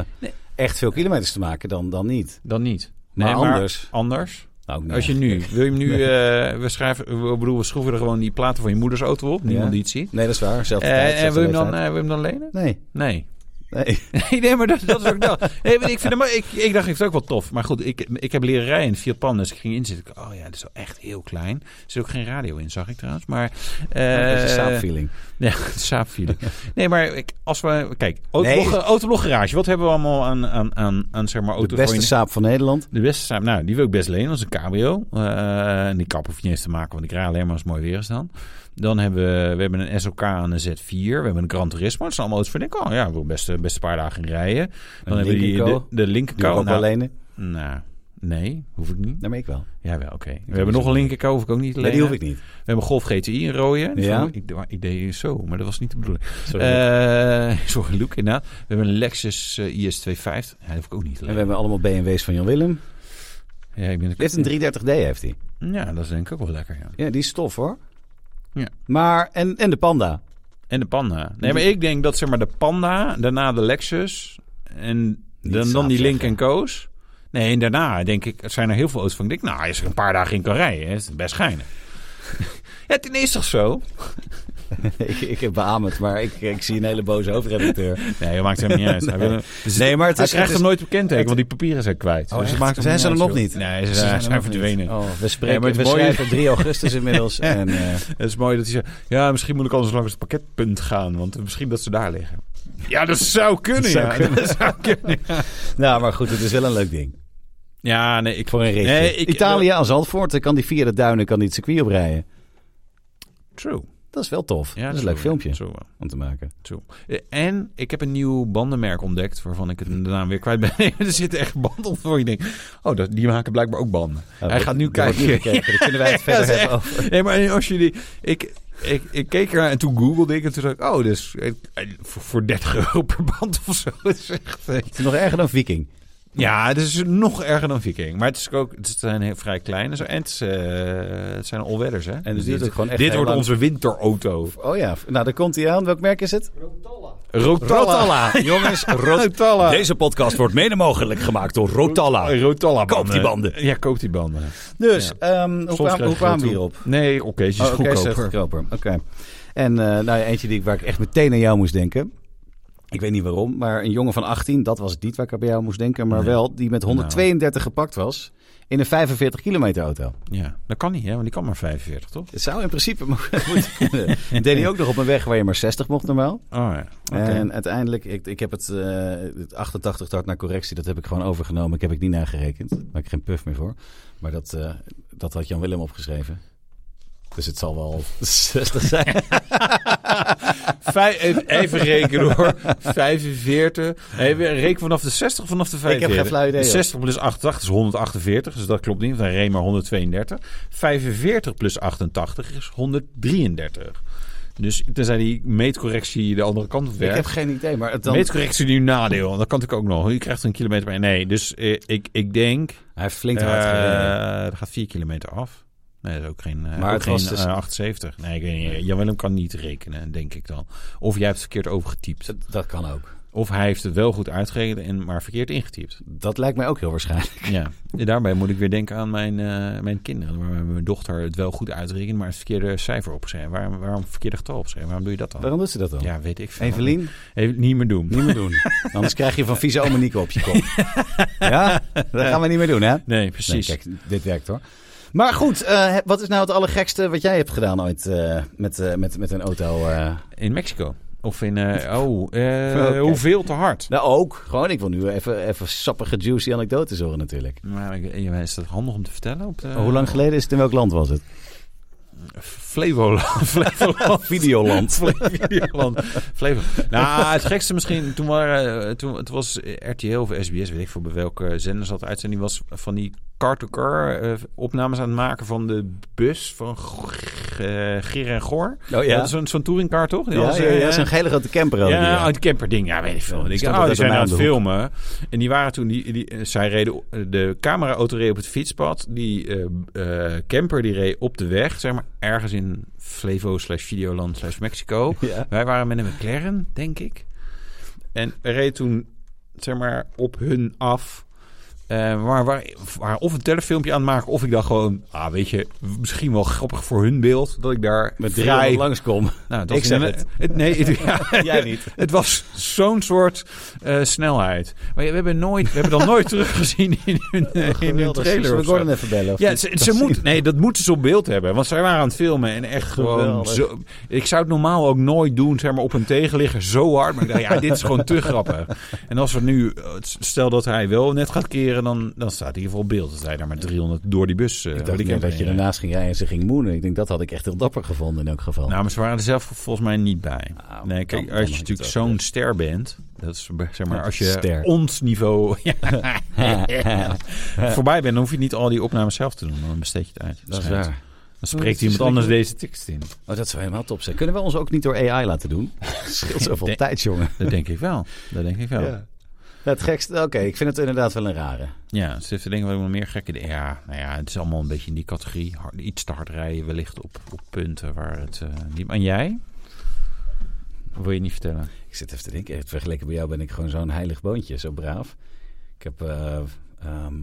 Speaker 2: echt veel kilometers te maken, dan, dan niet.
Speaker 1: Dan niet.
Speaker 2: Maar
Speaker 1: Nee,
Speaker 2: anders?
Speaker 1: anders.
Speaker 2: Nou, ook
Speaker 1: Als je
Speaker 2: <laughs>
Speaker 1: nu, wil je hem nu, eh, we schrijven, we, bedoel, we schroeven er gewoon die platen van je moeders auto op. Niemand
Speaker 2: Ja.
Speaker 1: die het ziet.
Speaker 2: Nee, dat is waar. Zelfde
Speaker 1: Eh,
Speaker 2: tijd,
Speaker 1: en
Speaker 2: zelfde
Speaker 1: wil je, hem dan,
Speaker 2: leeftijd.
Speaker 1: eh, wil je hem dan lenen?
Speaker 2: Nee,
Speaker 1: Nee.
Speaker 2: nee. <laughs>
Speaker 1: Nee, <laughs> nee, maar dat, dat is ook dat. Nee, maar ik, vind hem, ik, ik dacht, ik vind het ook wel tof. Maar goed, ik, ik heb leren rijden in het Fiat Panda. Dus ik ging inzitten. Ik, Oh ja, dat is wel echt heel klein. Er zit ook geen radio in, zag ik trouwens. Maar,
Speaker 2: dat
Speaker 1: eh,
Speaker 2: is een
Speaker 1: <laughs>
Speaker 2: saapfeeling.
Speaker 1: Nee, saapvielen. Nee, maar ik, als we... Kijk,
Speaker 2: Nee.
Speaker 1: autoblog, autoblog Garage. Wat hebben we allemaal aan, aan, aan, aan zeg maar,
Speaker 2: De
Speaker 1: auto's?
Speaker 2: beste saap van Nederland.
Speaker 1: De beste saap. Nou, die wil ik best lenen als een cabrio. Eh, en die kap hoef je niet eens te maken, want ik rij alleen maar als het mooi weer is dan. Dan hebben we, we hebben een SLK en een Z4. We hebben een Gran Turismo. Dat zijn allemaal auto's van ik, oh ja, ik wil best, eh, best een paar dagen rijden. Dan hebben we die, de,
Speaker 2: Lincoln Co.
Speaker 1: de
Speaker 2: Die wil ik
Speaker 1: linkerkou.
Speaker 2: ook wel
Speaker 1: Nou,
Speaker 2: lenen.
Speaker 1: nou, nee, hoef ik niet.
Speaker 2: Nee, maar ik wel.
Speaker 1: Ja, wel, oké. We
Speaker 2: doe
Speaker 1: hebben nog
Speaker 2: zo.
Speaker 1: een linkerkou, hoef ik ook niet te
Speaker 2: Nee, die
Speaker 1: lenen.
Speaker 2: hoef ik niet.
Speaker 1: We hebben Golf GTI in rode.
Speaker 2: Ja.
Speaker 1: Ik, ik deed zo, maar dat was niet de bedoeling.
Speaker 2: Sorry.
Speaker 1: Eh <laughs> sorry, Luc, inderdaad. We hebben een Lexus eh, IS250. Hij hoef ik ook niet te
Speaker 2: en we
Speaker 1: lenen.
Speaker 2: hebben allemaal BMW's van Jan Willem.
Speaker 1: Ja, ik ben
Speaker 2: Hij heeft een 330D, heeft hij.
Speaker 1: ja, dat is denk ik ook wel lekker, ja.
Speaker 2: Ja, die is tof hoor.
Speaker 1: Ja.
Speaker 2: Maar, en, en de Panda. <laughs>
Speaker 1: En de Panda. Nee, maar ik denk dat zeg maar de Panda, daarna de Lexus en dan, dan die
Speaker 2: zaadleggen.
Speaker 1: Link en Co's. Nee, en daarna denk ik, er zijn er heel veel auto's van. Ik denk, nou, als je er een paar dagen in kan rijden, hè, is het best
Speaker 2: <laughs>
Speaker 1: schijnen. het is toch zo?
Speaker 2: ik, ik heb beaamd, het, maar ik, ik zie een hele
Speaker 1: <laughs>
Speaker 2: boze hoofdredacteur.
Speaker 1: Nee, dat maakt hem niet uit. Hij wil hem-
Speaker 2: <laughs> Nee, maar
Speaker 1: Dus
Speaker 2: het
Speaker 1: Hij
Speaker 2: is...
Speaker 1: krijgt
Speaker 2: het
Speaker 1: hem
Speaker 2: is-
Speaker 1: nooit bekend, want die papieren zijn kwijt.
Speaker 2: Oh,
Speaker 1: Dus het
Speaker 2: echt?
Speaker 1: maakt hem
Speaker 2: Zijn ze er
Speaker 1: uit,
Speaker 2: nog
Speaker 1: joh.
Speaker 2: niet?
Speaker 1: Nee, ze,
Speaker 2: Ze
Speaker 1: zijn,
Speaker 2: er nog niet.
Speaker 1: verdwenen.
Speaker 2: Oh, we
Speaker 1: Ja,
Speaker 2: spreken,
Speaker 1: maar het
Speaker 2: we
Speaker 1: mooie-
Speaker 2: schrijven 3 augustus
Speaker 1: <laughs>
Speaker 2: inmiddels. en, eh,
Speaker 1: Het is mooi dat hij zegt, ja, misschien moet ik anders langs het pakketpunt gaan, want misschien dat ze daar liggen. Ja, dat zou kunnen,
Speaker 2: zou
Speaker 1: ja.
Speaker 2: <laughs> kunnen.
Speaker 1: Dat zou kunnen.
Speaker 2: nou, maar goed, het is wel een leuk ding.
Speaker 1: Ja, nee, ik...
Speaker 2: Voor een ritje.
Speaker 1: Nee, ik- eh,
Speaker 2: Italië aan Zandvoort, dan kan die via de duinen kan die het circuit oprijden.
Speaker 1: True.
Speaker 2: Dat is wel tof.
Speaker 1: Ja,
Speaker 2: dat is een
Speaker 1: true,
Speaker 2: leuk filmpje
Speaker 1: True wel.
Speaker 2: om te maken.
Speaker 1: True. Eh, En ik heb een nieuw bandenmerk ontdekt, waarvan ik het de
Speaker 2: Hm.
Speaker 1: naam weer kwijt ben. <laughs> Nee, er zitten echt banden voor. Ik denk, oh, dat, die maken blijkbaar ook banden. Hij gaat nu
Speaker 2: Dat wordt
Speaker 1: kijken. <laughs>
Speaker 2: niet bekeken, Dan kunnen wij het
Speaker 1: Ja, dat
Speaker 2: verder
Speaker 1: is
Speaker 2: hebben
Speaker 1: echt-
Speaker 2: over.
Speaker 1: Nee, maar als jullie... Ik, ik, ik keek ernaar en toen googelde ik en toen dacht ik... Oh, dus eh, voor, voor 30 euro per band of zo. <laughs> Dat is echt... eh,
Speaker 2: Het is nog erger dan Viking.
Speaker 1: Ja, het is nog erger dan Viking. Maar het, is ook, het zijn heel vrij klein en zo. En het, is, eh, het zijn all-weathers, hè?
Speaker 2: En
Speaker 1: dit,
Speaker 2: dus duurt ook gewoon echt
Speaker 1: dit
Speaker 2: heel
Speaker 1: wordt
Speaker 2: lang.
Speaker 1: onze winterauto.
Speaker 2: Oh ja, nou daar komt hij aan. Welk merk is het?
Speaker 1: Rotalla. <laughs>
Speaker 3: Jongens,
Speaker 1: Rotalla.
Speaker 3: Deze podcast wordt mede mogelijk gemaakt door Rotalla.
Speaker 1: Rotalla
Speaker 3: Koop die banden.
Speaker 1: Oh, eh, Ja, koop die banden.
Speaker 2: Dus, ehm, hoe,
Speaker 1: Soms
Speaker 2: kwamen
Speaker 1: krijg
Speaker 2: hoe
Speaker 1: je
Speaker 2: kwamen we
Speaker 1: toe.
Speaker 2: hierop?
Speaker 1: Nee, oké, ze is
Speaker 2: Oh, oké, ze is
Speaker 1: goedkoper.
Speaker 2: goedkoper. Oké. En eh, nou ja, eentje die, ik- waar ik echt meteen aan jou moest denken. Ik weet niet waarom, maar een jongen van 18, dat was het niet waar ik aan bij jou moest denken, maar wel die
Speaker 1: Nou.
Speaker 2: met 132 gepakt was in een 45 kilometer auto.
Speaker 1: Ja, dat kan niet, hè? Want die kan maar 45, toch?
Speaker 2: Het zou in principe mo- <laughs> moeten kunnen. Dat deed hij ook nog op een weg waar je maar 60 mocht normaal.
Speaker 1: Oh, ja. Oké.
Speaker 2: En uiteindelijk, ik, ik heb het, eh, het 88 tart naar correctie, dat heb ik gewoon overgenomen. Ik heb ik niet nagerekend. Daar heb ik geen puff meer voor. Maar dat, eh, dat had Jan Willem opgeschreven. Dus het zal wel <laughs> 60 zijn.
Speaker 1: Vij- even- even rekenen hoor. 45. Nee, we reken vanaf de 60 of vanaf de
Speaker 2: heb
Speaker 1: 45?
Speaker 2: geen flauw idee, joh.
Speaker 1: 60 plus 88 is 148, dus dat klopt niet. want Dan reed maar 132. 45 plus 88 is 133. Dus tenzij die meetcorrectie de andere kant op
Speaker 2: Ik heb
Speaker 1: werkt.
Speaker 2: geen idee, maar het dan...
Speaker 1: Meetcorrectie nu nadeel. Dat kan ik ook nog. Je krijgt er een kilometer bij. Nee, dus eh, ik, ik denk...
Speaker 2: Hij heeft flink
Speaker 1: eh
Speaker 2: hard gereden.
Speaker 1: er gaat 4 kilometer af. Nee, dat is ook geen, eh,
Speaker 2: Maar
Speaker 1: ook
Speaker 2: het
Speaker 1: geen
Speaker 2: was dus-
Speaker 1: eh, 78. Nee, ik weet niet. Jan Willem kan niet rekenen, denk ik dan. Of jij hebt het verkeerd overgetypt.
Speaker 2: Dat- Dat kan ook.
Speaker 1: Of hij heeft het wel goed uitgerekend, en maar verkeerd ingetypt.
Speaker 2: Dat lijkt mij ook heel waarschijnlijk.
Speaker 1: <laughs> Ja. En daarbij moet ik weer denken aan mijn, eh, mijn kinderen. Waar mijn dochter het wel goed uitrekent, maar het verkeerde cijfer opschrijven. Waarom, waarom het verkeerde getal opschrijven? Waarom doe je dat dan?
Speaker 2: Waarom doet ze dat dan?
Speaker 1: Ja, weet ik veel.
Speaker 2: Evelien,
Speaker 1: Even niet meer doen.
Speaker 2: niet meer doen. <laughs> Anders krijg je van vieze ome Nico op je kop. <laughs> Ja, dat gaan we niet meer doen, hè?
Speaker 1: Nee, precies.
Speaker 2: Nee, kijk, dit werkt hoor. Maar goed, eh, wat is nou het allergekste wat jij hebt gedaan ooit eh, met, eh, met, met een auto? eh?
Speaker 1: in Mexico. Of in...
Speaker 2: <laughs>
Speaker 1: eh, oh, eh,
Speaker 2: Oké.
Speaker 1: hoeveel te hard?
Speaker 2: Nou, ook. Gewoon, ik wil nu even, even sappige, juicy anekdotes horen natuurlijk.
Speaker 1: Maar ik- is dat handig om te vertellen? Op de,
Speaker 2: Hoe lang geleden is het? In welk land was het?
Speaker 1: Flevoland. <laughs> Flevoland.
Speaker 2: <laughs> Videoland.
Speaker 1: Flevoland. Flevo- Nou, het gekste misschien, toen, waren, eh, toen het was RTL of SBS, weet ik veel bij welke zender zat de uitzending, was van die car-to-car eh, opnames aan het maken van de bus van G- eh, Ger en Goor.
Speaker 2: Oh ja.
Speaker 1: Dat is Zo'n zo'n touringcar toch? Die
Speaker 2: Ja,
Speaker 1: was,
Speaker 2: ja,
Speaker 1: eh,
Speaker 2: ja, zo'n gele grote camper. hadden die,
Speaker 1: ja,
Speaker 2: ja.
Speaker 1: uit camperding. Ja, weet ik veel.
Speaker 2: Ja,
Speaker 1: Ik
Speaker 2: stond
Speaker 1: dacht,
Speaker 2: altijd
Speaker 1: oh,
Speaker 2: bij
Speaker 1: die zijn
Speaker 2: mij
Speaker 1: aan het
Speaker 2: om de hoek.
Speaker 1: filmen. En die waren toen... Die, die, eh, zij reden... De cameraauto reed op het fietspad. Die eh, eh, camper die reed op de weg. Zeg maar ergens in Flevo slash Videoland slash Mexico.
Speaker 2: Ja.
Speaker 1: Wij waren met een McLaren, denk ik. En er reed toen zeg maar, op hun af. Eh, waar, waar, waar of een telefilmpje aan maken, of ik dan gewoon, ah, weet je, misschien wel grappig voor hun beeld, dat ik daar
Speaker 2: Met drie
Speaker 1: vrij...
Speaker 2: langskom.
Speaker 1: Nou,
Speaker 2: Ik zeg
Speaker 1: in-
Speaker 2: het.
Speaker 1: nee, het, ja,
Speaker 2: <laughs> Jij <laughs> niet.
Speaker 1: het was zo'n soort eh, snelheid. Maar ja, we hebben, nooit, we hebben dat nooit <laughs> teruggezien in hun, eh, in hun
Speaker 2: Geweldig.
Speaker 1: trailer.
Speaker 2: Zullen
Speaker 1: of
Speaker 2: we
Speaker 1: zo.
Speaker 2: Gordon even bellen? of
Speaker 1: Ja,
Speaker 2: niet?
Speaker 1: ze, ze moet, nee, dat moeten ze op beeld hebben. Want zij waren aan het filmen en echt gewoon...
Speaker 2: Geweldig.
Speaker 1: Zo, ik zou het normaal ook nooit doen, zeg maar, op een tegenligger zo hard. Maar ik dacht, ja, dit is gewoon te grappig. En als we nu... eh, Stel dat hij wel net gaat keren, dan, dan staat hij in ieder geval op beeld. Dat hij daar met 300 door die bus... eh,
Speaker 2: Ik
Speaker 1: door
Speaker 2: dacht
Speaker 1: die
Speaker 2: meer dat
Speaker 1: camping
Speaker 2: je
Speaker 1: heen
Speaker 2: ernaast ging rijden en ze ging moenen. Ik denk, dat had ik echt heel dapper gevonden in elk geval.
Speaker 1: reed. Nou, maar ze waren er zelf volgens mij niet bij.
Speaker 2: Ah,
Speaker 1: Nee,
Speaker 2: dan-
Speaker 1: kijk,
Speaker 2: dan
Speaker 1: als je
Speaker 2: had ik
Speaker 1: natuurlijk
Speaker 2: het ook
Speaker 1: zo'n ster bent... Dat is, zeg maar,
Speaker 2: Ja,
Speaker 1: als je
Speaker 2: ster.
Speaker 1: ons
Speaker 2: <laughs>
Speaker 1: niveau ja,
Speaker 2: weer.
Speaker 1: voorbij bent... dan hoef je niet al die opnames zelf te doen. Dan besteed je het uit.
Speaker 2: dat is
Speaker 1: Schijnt.
Speaker 2: waar.
Speaker 1: Dan spreekt iemand anders deze tekst in.
Speaker 2: Oh, dat zou helemaal top zijn. Kunnen we ons ook niet door AI laten
Speaker 1: <laughs>
Speaker 2: doen? Scheelt zoveel
Speaker 1: Nee.
Speaker 2: tijd, jongen.
Speaker 1: Dat denk ik wel. Dat denk ik wel.
Speaker 2: Ja.
Speaker 1: Ja, <laughs>
Speaker 2: Het gekste, oké, ik vind het inderdaad wel een rare.
Speaker 1: ze heeft te denken wat ik nog meer gekke dus dingen. Ja, nou ja, het is allemaal een beetje in die categorie. Hard- iets te hard rijden wellicht op, op punten waar het eh, niet... En jij? Wil je niet vertellen?
Speaker 2: Ik zit even te denken, eh, vergeleken bij jou ben ik gewoon zo'n heilig boontje, zo braaf. Ik heb, eh, ehm,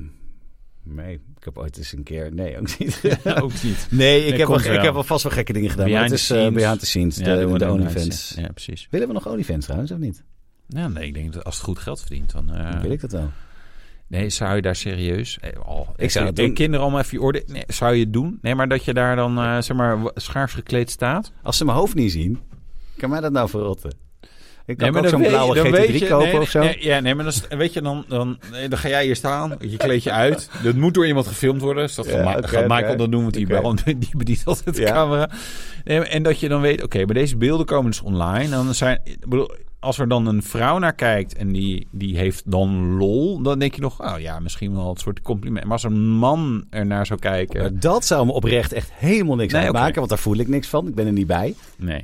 Speaker 2: nee, ik heb ooit eens een keer, nee, <laughs>
Speaker 1: <laughs>
Speaker 2: ook niet.
Speaker 1: Ook niet.
Speaker 2: nee, ik,
Speaker 1: Nee,
Speaker 2: heb,
Speaker 1: komt
Speaker 2: wel, ik
Speaker 1: wel.
Speaker 2: heb wel vast wel gekke dingen gedaan, maar
Speaker 1: Behind
Speaker 2: het is
Speaker 1: the
Speaker 2: eh
Speaker 1: scenes.
Speaker 2: behind the scenes, de,
Speaker 1: dat
Speaker 2: de,
Speaker 1: wordt ook
Speaker 2: OnlyFans.
Speaker 1: nice. Ja, precies.
Speaker 2: Willen we nog OnlyFans trouwens, of niet?
Speaker 1: Nou, nee, ik denk dat als het goed geld verdient, dan... eh,
Speaker 2: Dan Wil ik dat wel.
Speaker 1: Nee, zou je daar serieus... eh, al-
Speaker 2: Ik zou het
Speaker 1: de
Speaker 2: doen.
Speaker 1: kinderen allemaal even je orde... Nee, zou je het doen? Nee, maar dat je daar dan, eh, zeg maar, wa- schaars gekleed staat?
Speaker 2: Als ze mijn hoofd niet zien, kan mij dat nou verrotten? Ik kan
Speaker 1: maar
Speaker 2: ook
Speaker 1: dan
Speaker 2: zo'n
Speaker 1: weet-
Speaker 2: blauwe
Speaker 1: dan weet
Speaker 2: GT3
Speaker 1: je-
Speaker 2: kopen
Speaker 1: nee,
Speaker 2: of zo.
Speaker 1: nee, ja, nee, maar dan, is- weet je, dan, dan, nee, dan ga jij hier staan, je kleed je uit. Dat moet door iemand gefilmd worden. Dus dat
Speaker 2: Ja,
Speaker 1: gaat Ma-
Speaker 2: oké,
Speaker 1: gaat Michael
Speaker 2: oké.
Speaker 1: dan doen, want die,
Speaker 2: Oké.
Speaker 1: wel- <laughs> die bedient altijd de
Speaker 2: Ja.
Speaker 1: camera. Nee, maar- en dat je dan weet, oké, maar deze beelden komen dus online. Dan zijn, ik bedoel, als er dan een vrouw naar kijkt en die, die heeft dan lol, dan denk je nog, oh ja, misschien wel een soort compliment. Maar als een man er naar zou kijken,
Speaker 2: Maar dat zou me oprecht echt helemaal niks
Speaker 1: Nee,
Speaker 2: uitmaken,
Speaker 1: oké.
Speaker 2: want daar voel ik niks van. Ik ben er niet bij.
Speaker 1: nee.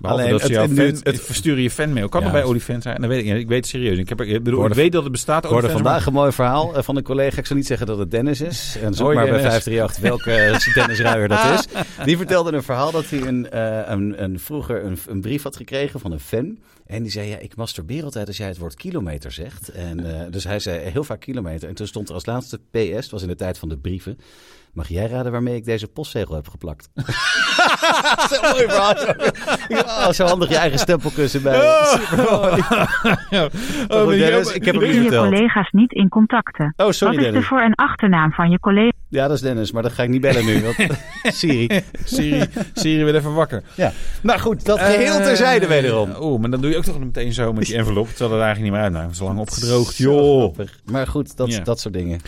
Speaker 1: Behalve
Speaker 2: Alleen,
Speaker 1: dat ze
Speaker 2: het-
Speaker 1: jouw
Speaker 2: en nu
Speaker 1: fan-
Speaker 2: het- het-
Speaker 1: versturen je fanmail. Kan
Speaker 2: Ja.
Speaker 1: dat bij OnlyFans zijn? Dat weet ik niet. Ik weet het serieus. niet. Ik, heb, er- ik, bedoel,
Speaker 2: Hoorde-
Speaker 1: ik weet dat het bestaat.
Speaker 2: Ik hoorde
Speaker 1: OnlyFans, maar-
Speaker 2: vandaag een mooi verhaal eh, van een collega. Ik zal niet zeggen dat het Dennis is. En zoek
Speaker 1: Hoi,
Speaker 2: maar bij
Speaker 1: Dennis.
Speaker 2: 538 welke eh, <laughs> Dennis Ruijer dat
Speaker 1: <laughs>
Speaker 2: is. Die vertelde een verhaal dat hij een, eh, een, een, vroeger een, een brief had gekregen van een fan. En die zei, ja, ik masturbeer altijd als jij het woord kilometer zegt. En, eh, dus hij zei heel vaak kilometer. En toen stond er als laatste PS, het was in de tijd van de brieven. Mag jij raden waarmee ik deze postzegel heb geplakt? <laughs> Zo'n mooi verhaal. Oh, zo handig je eigen stempelkussen bij.
Speaker 1: <laughs>
Speaker 2: Supermooi.
Speaker 1: Oh, maar
Speaker 2: Dennis,
Speaker 1: jij-
Speaker 2: dus- ik heb hem
Speaker 4: Wil
Speaker 2: niet
Speaker 4: je
Speaker 2: verteld.
Speaker 4: collega's niet in contacten?
Speaker 2: Oh, sorry
Speaker 4: Wat is
Speaker 2: Dennis.
Speaker 4: er voor een achternaam van je collega?
Speaker 2: Ja, dat is Dennis, maar dat ga ik niet bellen <laughs> nu. Want Siri.
Speaker 1: Siri, Siri wil even wakker.
Speaker 2: Ja. Nou goed, dat geheel terzijde
Speaker 1: Eh,
Speaker 2: wederom.
Speaker 1: Oeh, maar dan doe je ook toch meteen zo
Speaker 2: <laughs>
Speaker 1: met die envelop. Terwijl het eigenlijk niet meer uit. Nou, het is lang opgedroogd,
Speaker 2: Zo
Speaker 1: joh.
Speaker 2: grappig. Maar goed, dat,
Speaker 1: Ja.
Speaker 2: dat soort dingen.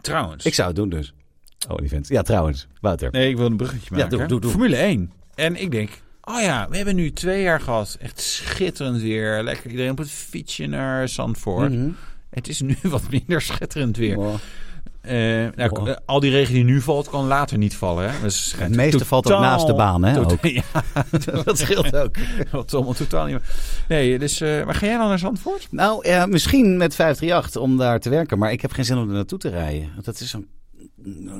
Speaker 1: Trouwens.
Speaker 2: Ik zou het doen dus. Oh, die vent. Ja, trouwens. Wouter.
Speaker 1: Nee, ik wil een bruggetje
Speaker 2: Ja,
Speaker 1: maken.
Speaker 2: doe, doe, doe.
Speaker 1: Formule 1. En ik denk, oh ja, we hebben nu twee jaar gehad. Echt schitterend weer. Lekker iedereen op het fietsje naar Zandvoort.
Speaker 2: Mhm.
Speaker 1: Het is nu <laughs> wat minder schitterend weer.
Speaker 2: Oh.
Speaker 1: Eh, nou,
Speaker 2: Oh.
Speaker 1: eh, Al die regen die nu valt, kan later niet vallen. Hè? Dus
Speaker 2: Het meeste valt ook naast de baan, hè? Ook.
Speaker 1: <laughs> ja,
Speaker 2: <laughs> dat scheelt ook.
Speaker 1: dat is allemaal totaal niet meer. Nee, dus, eh, maar ga jij dan naar Zandvoort?
Speaker 2: Nou, eh, misschien met 538 om daar te werken, maar ik heb geen zin om er naartoe te rijden. Want Dat is zo'n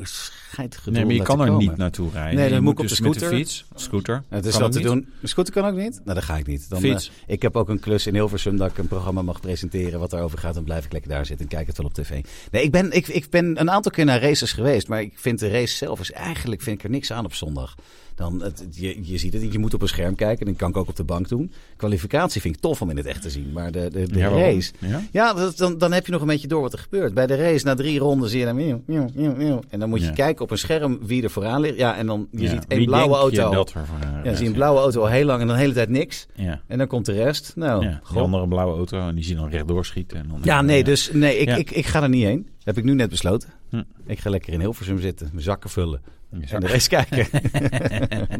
Speaker 2: scheidgedoe.
Speaker 1: Nee, maar je
Speaker 2: om daar
Speaker 1: kan
Speaker 2: te
Speaker 1: er
Speaker 2: komen.
Speaker 1: niet naartoe rijden.
Speaker 2: Nee, dan
Speaker 1: Je
Speaker 2: moet ik op
Speaker 1: dus
Speaker 2: de
Speaker 1: Met de
Speaker 2: scooter.
Speaker 1: fiets. Scooter.
Speaker 2: Het is
Speaker 1: Kan
Speaker 2: dat te
Speaker 1: niet.
Speaker 2: doen. Mijn scooter kan ook niet? Nou, dat ga ik niet. Dan,
Speaker 1: Fiets.
Speaker 2: eh, ik heb ook een klus in Hilversum dat ik een programma mag presenteren wat daarover gaat. Dan blijf ik lekker daar zitten en kijk het wel op tv. Nee, ik ben, ik, ik ben een aantal keer naar races geweest. Maar ik vind de race zelf is eigenlijk vind ik er niks aan op zondag. Dan, het, het- je, je ziet het, je moet op een scherm kijken. Dan kan ik ook op de bank doen. Kwalificatie vind ik tof om in het echt te zien. Maar de, de, de
Speaker 1: Ja, waarom?
Speaker 2: race...
Speaker 1: Ja?
Speaker 2: Ja, dat- dan, dan heb je nog een beetje door wat er gebeurt. Bij de race, na drie ronden zie je dan... miauw, miauw, miauw, miauw. En dan moet je
Speaker 1: Ja.
Speaker 2: kijken op een scherm wie er vooraan ligt. Ja, en dan je
Speaker 1: Ja,
Speaker 2: ziet een
Speaker 1: wie
Speaker 2: blauwe
Speaker 1: denk je
Speaker 2: auto.
Speaker 1: dat er voor-
Speaker 2: Ja, dan zie je een blauwe auto al heel lang en dan de hele tijd niks.
Speaker 1: Ja.
Speaker 2: En dan komt de rest. Nou,
Speaker 1: Ja, die
Speaker 2: goh.
Speaker 1: andere blauwe auto en die zie je dan rechtdoor schieten. En dan eh,
Speaker 2: ja nee, dus nee, ik,
Speaker 1: Ja.
Speaker 2: ik, ik ga er niet heen. Heb ik nu net besloten.
Speaker 1: Hm.
Speaker 2: Ik ga lekker in Hilversum zitten, mijn zakken vullen.
Speaker 1: Je
Speaker 2: En
Speaker 1: zak-
Speaker 2: de rest
Speaker 1: <laughs>
Speaker 2: kijken.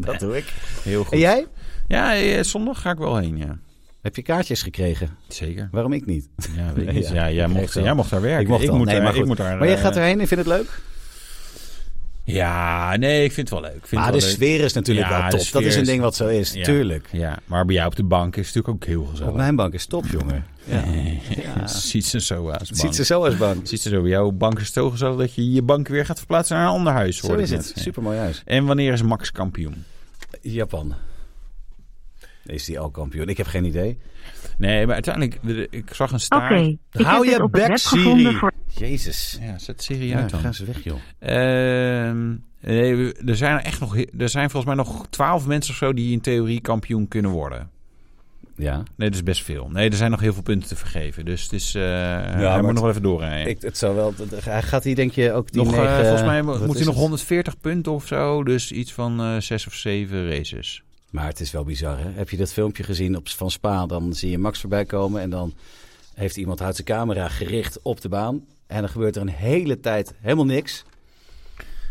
Speaker 2: dat doe ik.
Speaker 1: Heel goed.
Speaker 2: En jij?
Speaker 1: Ja, eh, zondag ga ik wel heen, ja.
Speaker 2: Heb je kaartjes gekregen?
Speaker 1: Zeker.
Speaker 2: Waarom ik niet?
Speaker 1: Ja, weet ik
Speaker 2: <laughs> Nee,
Speaker 1: niet.
Speaker 2: ja.
Speaker 1: Ja, jij,
Speaker 2: Ik
Speaker 1: mocht,
Speaker 2: kreeg wel.
Speaker 1: jij mocht daar werken.
Speaker 2: ik mocht wel.
Speaker 1: moet
Speaker 2: nee,
Speaker 1: daar,
Speaker 2: maar
Speaker 1: ik
Speaker 2: goed.
Speaker 1: moet daar,
Speaker 2: maar jij
Speaker 1: eh,
Speaker 2: gaat erheen en vindt het leuk?
Speaker 1: Ja, nee, ik vind het wel leuk. Ik vind
Speaker 2: Maar
Speaker 1: het
Speaker 2: de
Speaker 1: wel leuk.
Speaker 2: sfeer is natuurlijk
Speaker 1: Ja,
Speaker 2: wel
Speaker 1: de
Speaker 2: top. Dat is
Speaker 1: sfeer
Speaker 2: een
Speaker 1: is-
Speaker 2: ding wat zo is,
Speaker 1: Ja.
Speaker 2: tuurlijk.
Speaker 1: Ja, maar bij jou op de bank is het natuurlijk ook heel gezellig.
Speaker 2: Op mijn bank is top, jongen. Ja. Ja.
Speaker 1: Ziet ze zo aan.
Speaker 2: Ziet ze zo als bank.
Speaker 1: Ziet ze zo. Jouw bank is zo gezellig dat je je bank weer gaat verplaatsen naar een ander huis.
Speaker 2: Zo
Speaker 1: hoorde
Speaker 2: is
Speaker 1: ik
Speaker 2: het.
Speaker 1: net.
Speaker 2: Supermooi huis.
Speaker 1: En wanneer is Max kampioen?
Speaker 2: Japan. Is die al kampioen? Ik heb geen idee.
Speaker 1: Nee, maar uiteindelijk, eh, ik zag een
Speaker 4: Oké,
Speaker 1: staart.
Speaker 4: ik
Speaker 2: Hou
Speaker 4: heb dit
Speaker 2: je
Speaker 4: op het
Speaker 2: bek,
Speaker 4: web gevonden
Speaker 2: Siri.
Speaker 4: voor...
Speaker 2: Jezus.
Speaker 1: Ja, zet Siri
Speaker 2: Ja,
Speaker 1: uit dan.
Speaker 2: ga ze weg, joh.
Speaker 1: Ehm, nee, we- er zijn er echt nog, he- er zijn volgens mij nog twaalf mensen of zo die in theorie kampioen kunnen worden.
Speaker 2: Ja.
Speaker 1: Nee, dat is best veel. Nee, er zijn nog heel veel punten te vergeven. Dus het is, eh hij
Speaker 2: maar
Speaker 1: moet
Speaker 2: het-
Speaker 1: nog wel even doorrijden.
Speaker 2: Ik, het zou wel... dat- Hij gaat hier denk je ook die
Speaker 1: nog, eh,
Speaker 2: negen-
Speaker 1: volgens mij
Speaker 2: wat
Speaker 1: moet
Speaker 2: is
Speaker 1: hij nog
Speaker 2: het?
Speaker 1: 140 punten of zo. Dus iets van eh, zes of zeven races.
Speaker 2: Maar het is wel bizar, hè? Heb je dat filmpje gezien op, van Spa? Dan zie je Max voorbij komen en dan heeft iemand houdt zijn camera gericht op de baan. En dan gebeurt er een hele tijd helemaal niks.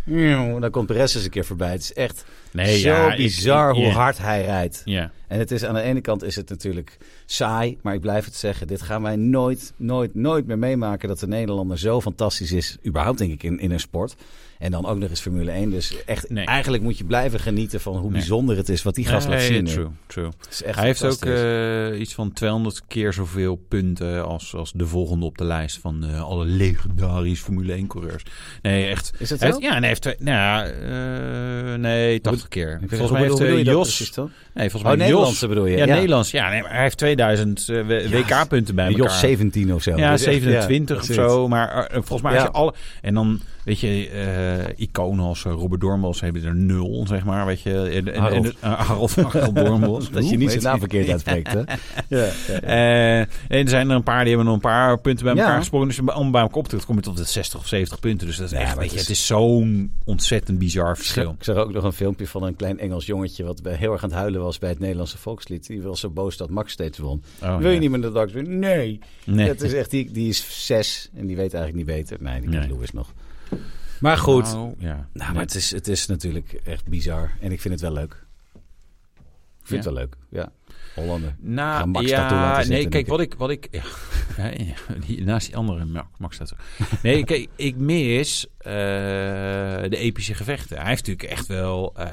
Speaker 2: En dan komt Perez eens een keer voorbij. Het is echt zo bizar hoe hard hij rijdt.
Speaker 1: Ja.
Speaker 2: En het is, aan de ene kant is het natuurlijk saai, maar ik blijf het zeggen. Dit gaan wij nooit, nooit, nooit meer meemaken dat de Nederlander zo fantastisch is. Überhaupt denk ik in, in een sport. En dan ook nog eens Formule 1. Dus echt,
Speaker 1: Nee.
Speaker 2: eigenlijk moet je blijven genieten van hoe
Speaker 1: Nee.
Speaker 2: bijzonder het is wat die gast laat
Speaker 1: Nee,
Speaker 2: zien. nu.
Speaker 1: True, true.
Speaker 2: Het is echt
Speaker 1: Hij heeft ook
Speaker 2: fantastisch.
Speaker 1: eh, iets van 200 keer zoveel punten als, als de volgende op de lijst van eh, alle legendarische Formule 1-coureurs. Nee, echt.
Speaker 2: Is dat
Speaker 1: Hij
Speaker 2: zo?
Speaker 1: heeft- ja, en hij heeft twee- nou ja, eh, nee, 80 keer.
Speaker 2: Ik weet
Speaker 1: Volgens
Speaker 2: niet,
Speaker 1: mij heeft
Speaker 2: hoe bedoel
Speaker 1: eh,
Speaker 2: je dat
Speaker 1: Jos...
Speaker 2: precies dan?
Speaker 1: Nee, volgens mij
Speaker 2: Oh,
Speaker 1: Jos...
Speaker 2: Nederlandse bedoel je?
Speaker 1: Ja, Nederlands. Ja, nee, maar hij heeft 2000 eh, w- WK-punten bij elkaar.
Speaker 2: Jos 17 of zo.
Speaker 1: Ja,
Speaker 2: Dus echt,
Speaker 1: 27
Speaker 2: ja,
Speaker 1: of
Speaker 2: zoiets.
Speaker 1: zo. Maar eh, volgens mij als
Speaker 2: Ja.
Speaker 1: je alle... En dan, weet je, eh, iconen als eh, Robert Dornbos hebben er nul, zeg maar. Weet je, en, en,
Speaker 2: Harold.
Speaker 1: en, eh, Harold van Harold Dornbos.
Speaker 2: <laughs> Dat je
Speaker 1: Hoe
Speaker 2: niet
Speaker 1: heet
Speaker 2: zijn naam verkeerd uitspreekt, hè? Ja.
Speaker 1: eh, en er zijn er een paar, die hebben nog een paar punten bij
Speaker 2: Ja.
Speaker 1: elkaar gesprongen. Dus om bij elkaar op te komen, kom je tot de 60 of 70 punten. Dus dat is
Speaker 2: Ja,
Speaker 1: echt,
Speaker 2: maar
Speaker 1: weet je,
Speaker 2: het
Speaker 1: het
Speaker 2: is-
Speaker 1: is zo'n ontzettend bizar verschil.
Speaker 2: Ik zag ook nog een filmpje van een klein Engels jongetje... wat bij- heel erg aan het huilen was bij het Nederlandse volkslied. Die was zo boos dat Max steeds won.
Speaker 1: Oh,
Speaker 2: Wil je
Speaker 1: ja.
Speaker 2: niet meer dat Max wint? Nee.
Speaker 1: Nee.
Speaker 2: Dat is echt, die, die is zes en die weet eigenlijk niet beter. Nee, die kent
Speaker 1: Nee.
Speaker 2: Lewis nog. Maar goed. Nou,
Speaker 1: Nou, ja.
Speaker 2: maar het is, het is natuurlijk echt bizar. En ik vind het wel leuk. Ik vind
Speaker 1: Ja?
Speaker 2: het wel leuk, ja. Hollander.
Speaker 1: Nou,
Speaker 2: Ga Max
Speaker 1: ja,
Speaker 2: daartoe laten
Speaker 1: nee,
Speaker 2: zitten,
Speaker 1: kijk,
Speaker 2: denk
Speaker 1: wat ik, wat ik, ja, <laughs> ja, ja, die- naast die andere Ma- Max dat. Nee, kijk, ik mis eh, de epische gevechten. Hij heeft natuurlijk echt wel, eh,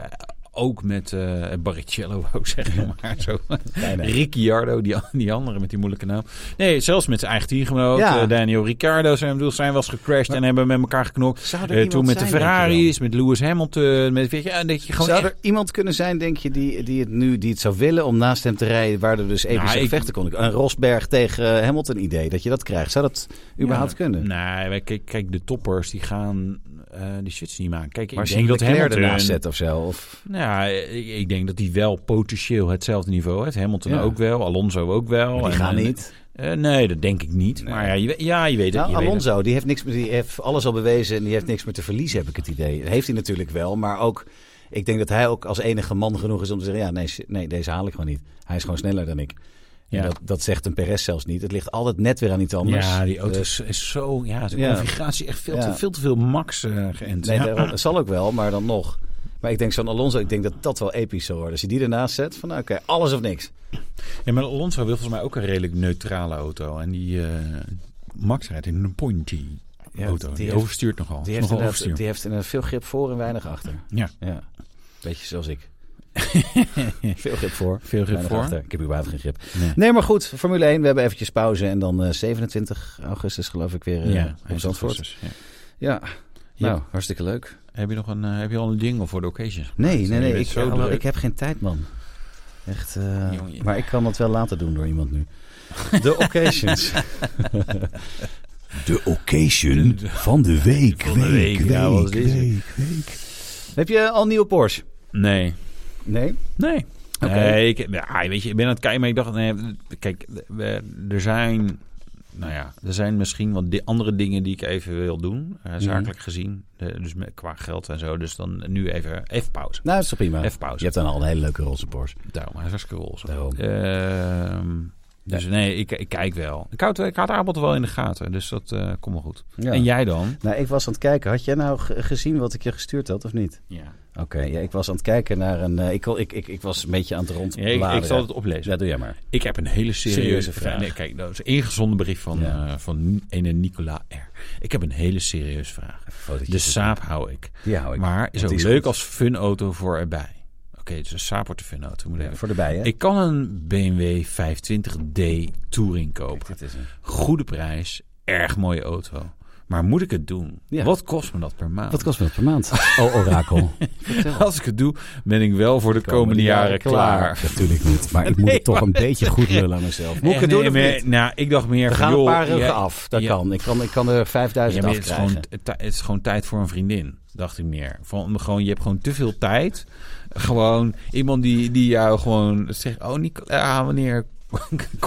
Speaker 1: ook met eh Barrichello, wou ik zeggen, maar zo.
Speaker 2: Bijna.
Speaker 1: Ricciardo, die, die andere met die moeilijke naam. Nee, zelfs met zijn eigen teamgenoot,
Speaker 2: Ja.
Speaker 1: eh, Daniel Ricciardo, zijn, bedoel, zijn wel eens gecrashed en hebben met elkaar geknokt.
Speaker 2: Zou er
Speaker 1: Eh,
Speaker 2: iemand
Speaker 1: toen met de
Speaker 2: zijn, denk je dan?
Speaker 1: Ferraris, met Lewis Hamilton, met, weet je, ja, dat je gewoon
Speaker 2: Zou
Speaker 1: echt-
Speaker 2: er iemand kunnen zijn, denk je, die, die het nu die het zou willen om naast hem te rijden, waar er dus even
Speaker 1: Nou, ik-
Speaker 2: gevechten kon? Een Rosberg tegen eh, Hamilton idee, dat je dat krijgt. Zou dat überhaupt
Speaker 1: Ja,
Speaker 2: kunnen?
Speaker 1: Nee, wij- kijk, kijk, de toppers die gaan eh die shits niet maken. Kijk,
Speaker 2: Maar
Speaker 1: ik denk dat
Speaker 2: Leclerc
Speaker 1: Hamilton...
Speaker 2: ernaast zet of zo? Of...
Speaker 1: Nou, ik, ik denk dat die wel potentieel hetzelfde niveau heeft. Hamilton
Speaker 2: Ja.
Speaker 1: ook wel, Alonso ook wel.
Speaker 2: Maar die
Speaker 1: En-
Speaker 2: gaan
Speaker 1: en-
Speaker 2: niet.
Speaker 1: eh, nee, dat denk ik niet. Maar ja, je, weet- ja, je weet het.
Speaker 2: Nou,
Speaker 1: je weet het.
Speaker 2: Alonso, die heeft, niks, meer- die heeft alles al bewezen en die heeft niks meer te verliezen, heb ik het idee. Dat heeft hij natuurlijk wel, maar ook... Ik denk dat hij ook als enige man genoeg is om te zeggen... ja, nee, s- nee deze haal ik gewoon niet. Hij is gewoon sneller dan ik. En
Speaker 1: Ja.
Speaker 2: dat, dat zegt een Perez zelfs niet. Het ligt altijd net weer aan iets anders.
Speaker 1: Ja, die auto
Speaker 2: Dus-
Speaker 1: is, is zo... Ja, zijn
Speaker 2: Ja.
Speaker 1: configuratie echt veel,
Speaker 2: Ja.
Speaker 1: te, veel te veel max eh geënt.
Speaker 2: Nee,
Speaker 1: Ja.
Speaker 2: daarom- dat zal ook wel, maar dan nog. Maar ik denk zo'n Alonso, ik denk dat dat wel episch zal worden. Als je die ernaast zet, van nou, oké, alles of niks.
Speaker 1: Ja, maar Alonso wil volgens mij ook een redelijk neutrale auto. En die eh, Max rijdt in een pointy
Speaker 2: Ja,
Speaker 1: auto.
Speaker 2: die
Speaker 1: Die,
Speaker 2: heeft-
Speaker 1: overstuurt nogal.
Speaker 2: Die
Speaker 1: Is
Speaker 2: heeft,
Speaker 1: nogal
Speaker 2: inderdaad,
Speaker 1: overstuur.
Speaker 2: die heeft inderdaad veel grip voor en weinig achter.
Speaker 1: Ja.
Speaker 2: Ja, beetje zoals <laughs> ik. veel grip voor.
Speaker 1: Veel grip
Speaker 2: weinig
Speaker 1: voor.
Speaker 2: achter. Ik heb überhaupt geen grip.
Speaker 1: Nee.
Speaker 2: Nee, maar goed, Formule 1, we hebben eventjes pauze. En dan eh, 27 augustus geloof ik weer eh
Speaker 1: Ja,
Speaker 2: op Zandvoort.
Speaker 1: precies, ja.
Speaker 2: Ja,
Speaker 1: Ja.
Speaker 2: nou, hartstikke leuk.
Speaker 1: Heb je nog een, eh, heb je al een jingle voor de occasion?
Speaker 2: Nee,
Speaker 1: Je
Speaker 2: nee, nee,
Speaker 1: bent
Speaker 2: ik,
Speaker 1: zo
Speaker 2: hallo,
Speaker 1: druk.
Speaker 2: ik heb geen tijd, man. Echt, eh,
Speaker 1: Jongen.
Speaker 2: maar ik kan dat wel laten doen door iemand nu. De <laughs> occasions.
Speaker 3: De occasion van de week.
Speaker 1: Van de week, ja, wat is het?
Speaker 2: Heb je al nieuwe Porsche?
Speaker 1: Nee.
Speaker 2: Nee.
Speaker 1: Nee.
Speaker 2: Oké.
Speaker 1: Nee, ik, ja, ah, weet je, ik ben aan het kijken, maar ik dacht, nee, kijk, we- er zijn, nou ja, er zijn misschien wat di- andere dingen die ik even wil doen,
Speaker 2: Mhm.
Speaker 1: eh, zakelijk gezien. Eh, dus met, qua geld en zo. Dus dan nu even, even pauze.
Speaker 2: Nou, dat is toch prima.
Speaker 1: Even pauze.
Speaker 2: Je hebt dan al een hele leuke roze Porsche.
Speaker 1: Daarom, hij is hartstikke roze.
Speaker 2: Daarom.
Speaker 1: Ehm, dus nee, ik, ik kijk wel. Ik houd, ik houd Abel wel in de gaten, dus dat eh, komt wel goed.
Speaker 2: Ja.
Speaker 1: En jij dan?
Speaker 2: Nou, ik was aan het kijken. Had jij nou ge- gezien wat ik je gestuurd had, of niet?
Speaker 1: Ja.
Speaker 2: Oké, ja, ik was aan het kijken naar een... eh, ik, kon- ik, ik, ik was een beetje aan het rondbladeren.
Speaker 1: ik, ik zal het oplezen.
Speaker 2: Ja, doe jij maar.
Speaker 1: Ik heb een hele serieuze,
Speaker 2: Serieuze
Speaker 1: vra-
Speaker 2: vraag.
Speaker 1: Nee, kijk, dat is een ingezonden brief van,
Speaker 2: Ja.
Speaker 1: eh, van ene Nicola R. Ik heb een hele serieuze vraag.
Speaker 2: Fotootjes.
Speaker 1: De Saab hou ik.
Speaker 2: Dus, Die hou ik.
Speaker 1: Maar is
Speaker 2: Want
Speaker 1: ook
Speaker 2: die is
Speaker 1: leuk
Speaker 2: goed.
Speaker 1: als funauto voor erbij. Oké, dus een Saab wordt een funauto. Moet ik even-
Speaker 2: Voor de bijen.
Speaker 1: Ik kan een BMW 520d Touring kopen.
Speaker 2: Dit is een...
Speaker 1: Goede prijs, erg mooie auto. Maar moet ik het doen?
Speaker 2: Ja.
Speaker 1: Wat kost me dat per maand?
Speaker 2: Wat kost me dat per
Speaker 1: <laughs>
Speaker 2: maand? Oh, orakel.
Speaker 1: Als ik het doe, ben ik wel voor de komende, jaren klaar.
Speaker 2: Natuurlijk niet,
Speaker 1: <laughs>
Speaker 2: maar ik moet het toch een beetje goed lullen aan mezelf. Moet ik het
Speaker 1: Eh,
Speaker 2: doen of
Speaker 1: nee,
Speaker 2: niet?
Speaker 1: maar- Nou, ik dacht meer
Speaker 2: We
Speaker 1: van,
Speaker 2: gaan een
Speaker 1: joh,
Speaker 2: paar ruggen
Speaker 1: jij-
Speaker 2: af. Dat
Speaker 1: ja.
Speaker 2: kan. Ik kan, ik kan er 5000
Speaker 1: Ja, maar
Speaker 2: af
Speaker 1: het, is gewoon,
Speaker 2: krijgen.
Speaker 1: het, het is gewoon tijd voor een vriendin, dacht ik meer. Van, gewoon, je hebt gewoon te veel tijd. Gewoon iemand die, die jou gewoon zegt... Oh, Nicola, wanneer <laughs>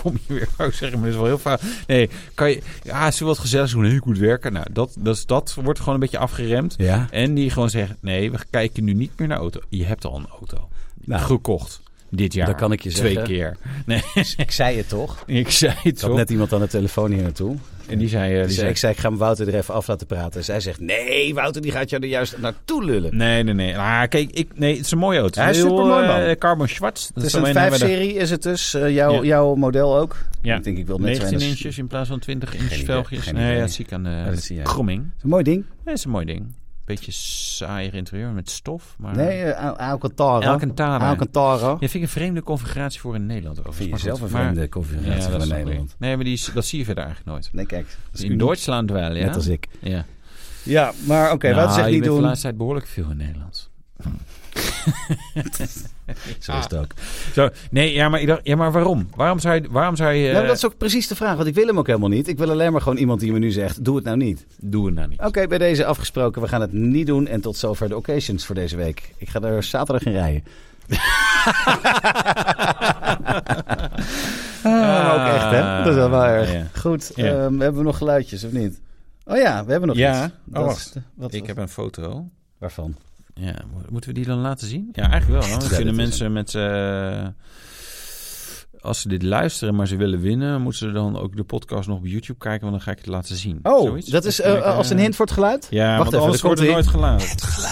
Speaker 1: kom je weer? Ik zeg maar, dat is wel heel vaak. Nee, kan je... Ja, ze wil wat gezellig doen. Heel goed werken. Nou, dat, dat, is- dat wordt gewoon een beetje afgeremd.
Speaker 2: Ja.
Speaker 1: En die gewoon zegt... Nee, we kijken nu niet meer naar auto. Je hebt al een auto.
Speaker 2: Nou.
Speaker 1: Gekocht. Dit jaar.
Speaker 2: Dat kan ik je
Speaker 1: Twee
Speaker 2: zeggen.
Speaker 1: keer. Nee, <laughs>
Speaker 2: Ik zei het toch?
Speaker 1: ik zei het
Speaker 2: Ik had
Speaker 1: zo.
Speaker 2: net iemand aan de telefoon hier naartoe.
Speaker 1: En die zei... eh, die
Speaker 2: Dus
Speaker 1: zei
Speaker 2: ik zei, ik ga hem Wouter er even af laten praten. Zij zegt, nee, Wouter die gaat jou er juist naartoe lullen.
Speaker 1: Nee, nee, nee. Ah, kijk, ik, nee, het is een mooie auto.
Speaker 2: Hij is
Speaker 1: Heel,
Speaker 2: supermooi, man.
Speaker 1: eh, Carbon Schwarz. Dat
Speaker 2: Het is
Speaker 1: alleen
Speaker 2: een
Speaker 1: hebben we de-
Speaker 2: 5-serie, is het dus. eh, jouw,
Speaker 1: nou Ja.
Speaker 2: jouw model ook.
Speaker 1: Ja.
Speaker 2: Ik denk, ik wil net
Speaker 1: 19
Speaker 2: zijn als-
Speaker 1: inches in plaats van 20 inches
Speaker 2: idee,
Speaker 1: velgjes.
Speaker 2: geen
Speaker 1: Nee,
Speaker 2: idee.
Speaker 1: ja, dat zie ik aan de
Speaker 2: dat zie jij.
Speaker 1: kromming.
Speaker 2: Een mooi ding.
Speaker 1: Dat is een mooi ding. Beetje saaier interieur met stof. Maar...
Speaker 2: Nee, eh, Al- Alcantara.
Speaker 1: Alcantara.
Speaker 2: Alcantara.
Speaker 1: Ja, vind ik een vreemde configuratie voor in Nederland. Overigens.
Speaker 2: Vind je
Speaker 1: Maar
Speaker 2: zelf
Speaker 1: goed,
Speaker 2: een
Speaker 1: maar-
Speaker 2: vreemde configuratie
Speaker 1: Ja, dat
Speaker 2: van
Speaker 1: snap ik.
Speaker 2: Nederland?
Speaker 1: Nee, maar die, is- dat zie je verder eigenlijk nooit.
Speaker 2: Nee, kijk. dat is
Speaker 1: in
Speaker 2: uniek.
Speaker 1: Duitsland wel, ja.
Speaker 2: Net als ik.
Speaker 1: Ja.
Speaker 2: Ja, maar oké,
Speaker 1: Nou,
Speaker 2: Wouter zegt
Speaker 1: je
Speaker 2: niet
Speaker 1: bent
Speaker 2: doen.
Speaker 1: de laatste tijd behoorlijk veel in Nederland.
Speaker 2: Zo is het ook.
Speaker 1: Zo, nee, ja, maar, ik dacht, ja, maar waarom? Waarom zou je... Waarom zou je
Speaker 2: Nou, maar dat is ook precies de vraag, want ik wil hem ook helemaal niet. Ik wil alleen maar gewoon iemand die me nu zegt, doe het nou niet.
Speaker 1: Doe het nou niet.
Speaker 2: Oké, bij deze afgesproken, we gaan het niet doen. En tot zover de occasions voor deze week. Ik ga er zaterdag in
Speaker 1: <laughs>
Speaker 2: rijden. Ah, maar ook echt, hè? Dat is wel wel erg.
Speaker 1: Ja.
Speaker 2: Goed,
Speaker 1: Ja.
Speaker 2: ehm, hebben we nog geluidjes of niet? Oh ja, we hebben nog
Speaker 1: Ja.
Speaker 2: iets.
Speaker 1: Oh,
Speaker 2: Dat is
Speaker 1: wacht.
Speaker 2: de- wat,
Speaker 1: Ik heb een foto.
Speaker 2: Waarvan?
Speaker 1: Ja, mo- moeten we die dan laten zien? Ja, eigenlijk wel. Dan
Speaker 2: <laughs> Ja,
Speaker 1: kunnen
Speaker 2: dat is
Speaker 1: mensen met... eh, als ze dit luisteren, maar ze willen winnen... moeten ze dan ook de podcast nog op YouTube kijken... want dan ga ik het laten zien.
Speaker 2: Oh,
Speaker 1: Zoiets?
Speaker 2: dat is eh,
Speaker 1: vind ik,
Speaker 2: als een
Speaker 1: eh,
Speaker 2: hint voor het geluid?
Speaker 1: Ja,
Speaker 2: Wacht
Speaker 1: want
Speaker 2: even,
Speaker 1: anders
Speaker 2: daar
Speaker 1: wordt het
Speaker 2: komt
Speaker 1: nooit
Speaker 2: hij. <laughs>
Speaker 1: geladen.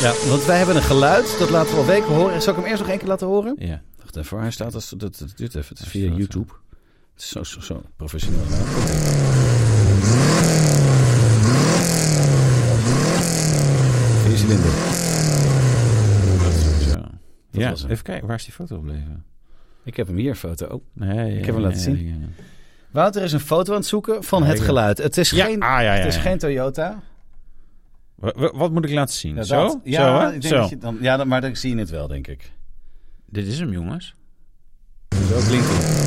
Speaker 2: Ja, want wij hebben een geluid, dat laten we al weken horen. Zal ik hem eerst nog één keer laten horen?
Speaker 1: Ja.
Speaker 2: Wacht even, hij staat als... Dat, dat duurt even, het is
Speaker 1: via YouTube.
Speaker 2: Het is zo, zo, zo professioneel. Vier cilinder.
Speaker 1: Zo. Ja,
Speaker 2: was hem.
Speaker 1: even kijken. Waar is die foto gebleven?
Speaker 2: Ik heb hem hier, foto. Oh.
Speaker 1: Nee,
Speaker 2: Ik heb hem laten zien.
Speaker 1: ja.
Speaker 2: Wouter is een foto aan het zoeken van
Speaker 1: Ja,
Speaker 2: het
Speaker 1: ik-
Speaker 2: geluid. Het is,
Speaker 1: Ja,
Speaker 2: geen,
Speaker 1: ah, ja, ja,
Speaker 2: het is
Speaker 1: ja.
Speaker 2: geen Toyota.
Speaker 1: Wa- wa- Wat moet ik laten zien?
Speaker 2: Ja,
Speaker 1: zo?
Speaker 2: dat-
Speaker 1: zo,
Speaker 2: Ja,
Speaker 1: hè?
Speaker 2: ik denk
Speaker 1: zo.
Speaker 2: dat je dan, ja, dan- maar dan zie je het wel, denk ik.
Speaker 1: Dit is hem, jongens.
Speaker 2: Zo klinkt hij.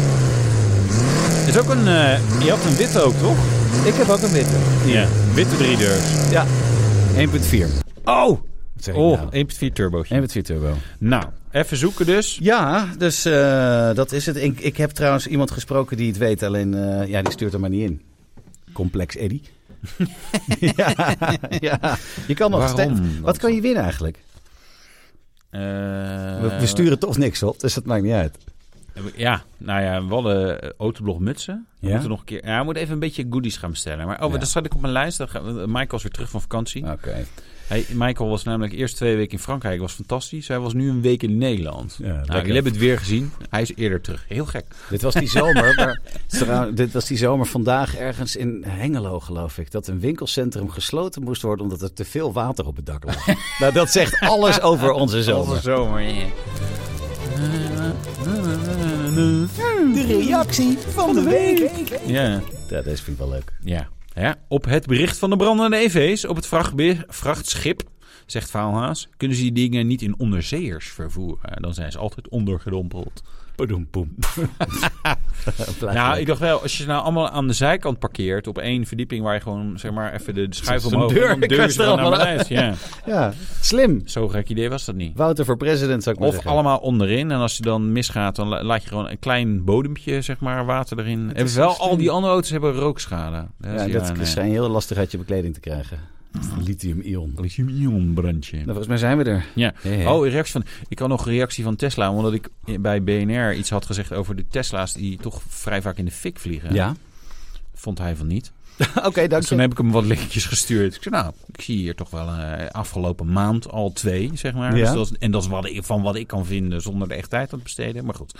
Speaker 1: Het is ook een... eh, je had een witte ook, toch?
Speaker 2: Ik heb ook een witte.
Speaker 1: Ja. Witte driedeurs.
Speaker 2: Ja. 1.4.
Speaker 1: Oh!
Speaker 2: Wat zeg ik
Speaker 1: Oh,
Speaker 2: nou? Eh,
Speaker 1: 1.4 turbootje.
Speaker 2: 1.4 turbo.
Speaker 1: Nou, even zoeken dus.
Speaker 2: Ja, dus eh, dat is het. Ik, ik heb trouwens iemand gesproken die het weet, alleen eh, ja, die stuurt er maar niet in. Complex Eddy. <laughs> ja, ja, je kan nog
Speaker 1: Waarom
Speaker 2: stemmen.
Speaker 1: dan
Speaker 2: Wat kan je winnen eigenlijk?
Speaker 1: Eh,
Speaker 2: We, we sturen toch niks op, dus dat maakt niet uit.
Speaker 1: Ja, nou ja, we hadden eh, autoblog mutsen. We
Speaker 2: Ja?
Speaker 1: moeten nog een keer... Ja, we moeten even een beetje goodies gaan bestellen. Maar oh,
Speaker 2: Ja.
Speaker 1: dat staat ik op mijn lijst. Dan gaan we- Michael is weer terug van vakantie.
Speaker 2: Oké.
Speaker 1: Hij, Michael was namelijk eerst twee weken in Frankrijk. was fantastisch. Hij was nu een week in Nederland.
Speaker 2: Ja,
Speaker 1: nou,
Speaker 2: lekker.
Speaker 1: jullie hebben het weer gezien. Hij is eerder terug. Heel gek.
Speaker 2: Dit was die <laughs> zomer, maar trouw- dit was die zomer vandaag ergens in Hengelo, geloof ik, dat een winkelcentrum gesloten moest worden omdat er te veel water op het dak <laughs> lag. nou, dat zegt alles over onze zomer.
Speaker 1: zomer. ja.
Speaker 2: De reactie van de week.
Speaker 1: Ja.
Speaker 2: Ja, deze vind ik wel leuk.
Speaker 1: Ja. ja. Op het bericht van de brandende EV's op het vrachtbe- vrachtschip, zegt Vaalhaas, kunnen ze die dingen niet in onderzeeërs vervoeren. Dan zijn ze altijd ondergedompeld. Padoempoem. Nou, ik dacht wel, als je ze nou allemaal aan de zijkant parkeert op één verdieping waar je gewoon zeg maar even de schuif
Speaker 2: Zo'n
Speaker 1: omhoog
Speaker 2: deur,
Speaker 1: en dan
Speaker 2: ik was
Speaker 1: ze
Speaker 2: er
Speaker 1: gewoon naar
Speaker 2: allemaal
Speaker 1: beneden. Ja,
Speaker 2: Ja, slim.
Speaker 1: zo'n gek idee was dat niet.
Speaker 2: Wouter voor president zou ik maar
Speaker 1: Of
Speaker 2: zeggen.
Speaker 1: allemaal onderin. En als je dan misgaat, dan la- laat je gewoon een klein bodempje, zeg maar, water erin. En wel, al die andere auto's hebben rookschade. Dat
Speaker 2: Ja,
Speaker 1: is-
Speaker 2: en dat
Speaker 1: ja, nee.
Speaker 2: schijnt heel lastig uit je bekleding te krijgen. Lithium-ion. Nou,
Speaker 1: Dat is een ionbrandje.
Speaker 2: volgens mij zijn we er.
Speaker 1: Ja.
Speaker 2: Ja, ja.
Speaker 1: Oh, een reactie van. Ik had nog een reactie van Tesla, omdat ik bij BNR iets had gezegd over de Tesla's die toch vrij vaak in de fik vliegen. Vond hij van niet.
Speaker 2: <laughs> Oké, dank
Speaker 1: Dus toen
Speaker 2: je.
Speaker 1: heb ik hem wat linkjes gestuurd. Ik zei, nou, ik zie hier toch wel eh, afgelopen maand al twee, zeg maar.
Speaker 2: Ja.
Speaker 1: Dus dat is- en dat is wat ik, van wat ik kan vinden zonder er echt tijd aan te besteden. Maar goed,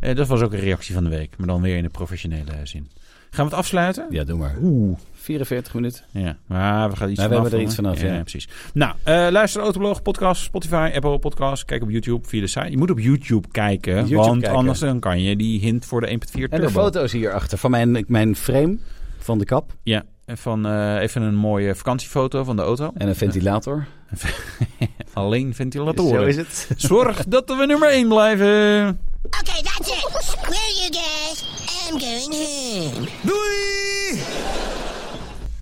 Speaker 1: Eh, dat was ook een reactie van de week. Maar dan weer in de professionele zin. Gaan we het afsluiten?
Speaker 2: Ja, doe maar.
Speaker 1: Oeh.
Speaker 2: 44 minuten.
Speaker 1: Ja, maar we gaan iets
Speaker 2: Maar we
Speaker 1: vanaf,
Speaker 2: hebben er iets
Speaker 1: jongen.
Speaker 2: vanaf, ja.
Speaker 1: precies. Nou, eh, luister Autoblog, podcast, Spotify, Apple Podcast. Kijk op YouTube via de site. Je moet op YouTube kijken,
Speaker 2: YouTube
Speaker 1: want
Speaker 2: kijken.
Speaker 1: anders dan kan je die hint voor de 1.4
Speaker 2: En
Speaker 1: Turbo.
Speaker 2: de foto's hierachter van mijn, mijn frame van de kap
Speaker 1: Ja, en van eh, even een mooie vakantiefoto van de auto.
Speaker 2: en een ventilator.
Speaker 1: <laughs> Alleen ventilatoren.
Speaker 2: Zo is het.
Speaker 1: Zorg dat we nummer 1 blijven.
Speaker 5: Okay, that's it. Screw you guys. I'm going home.
Speaker 1: Doei!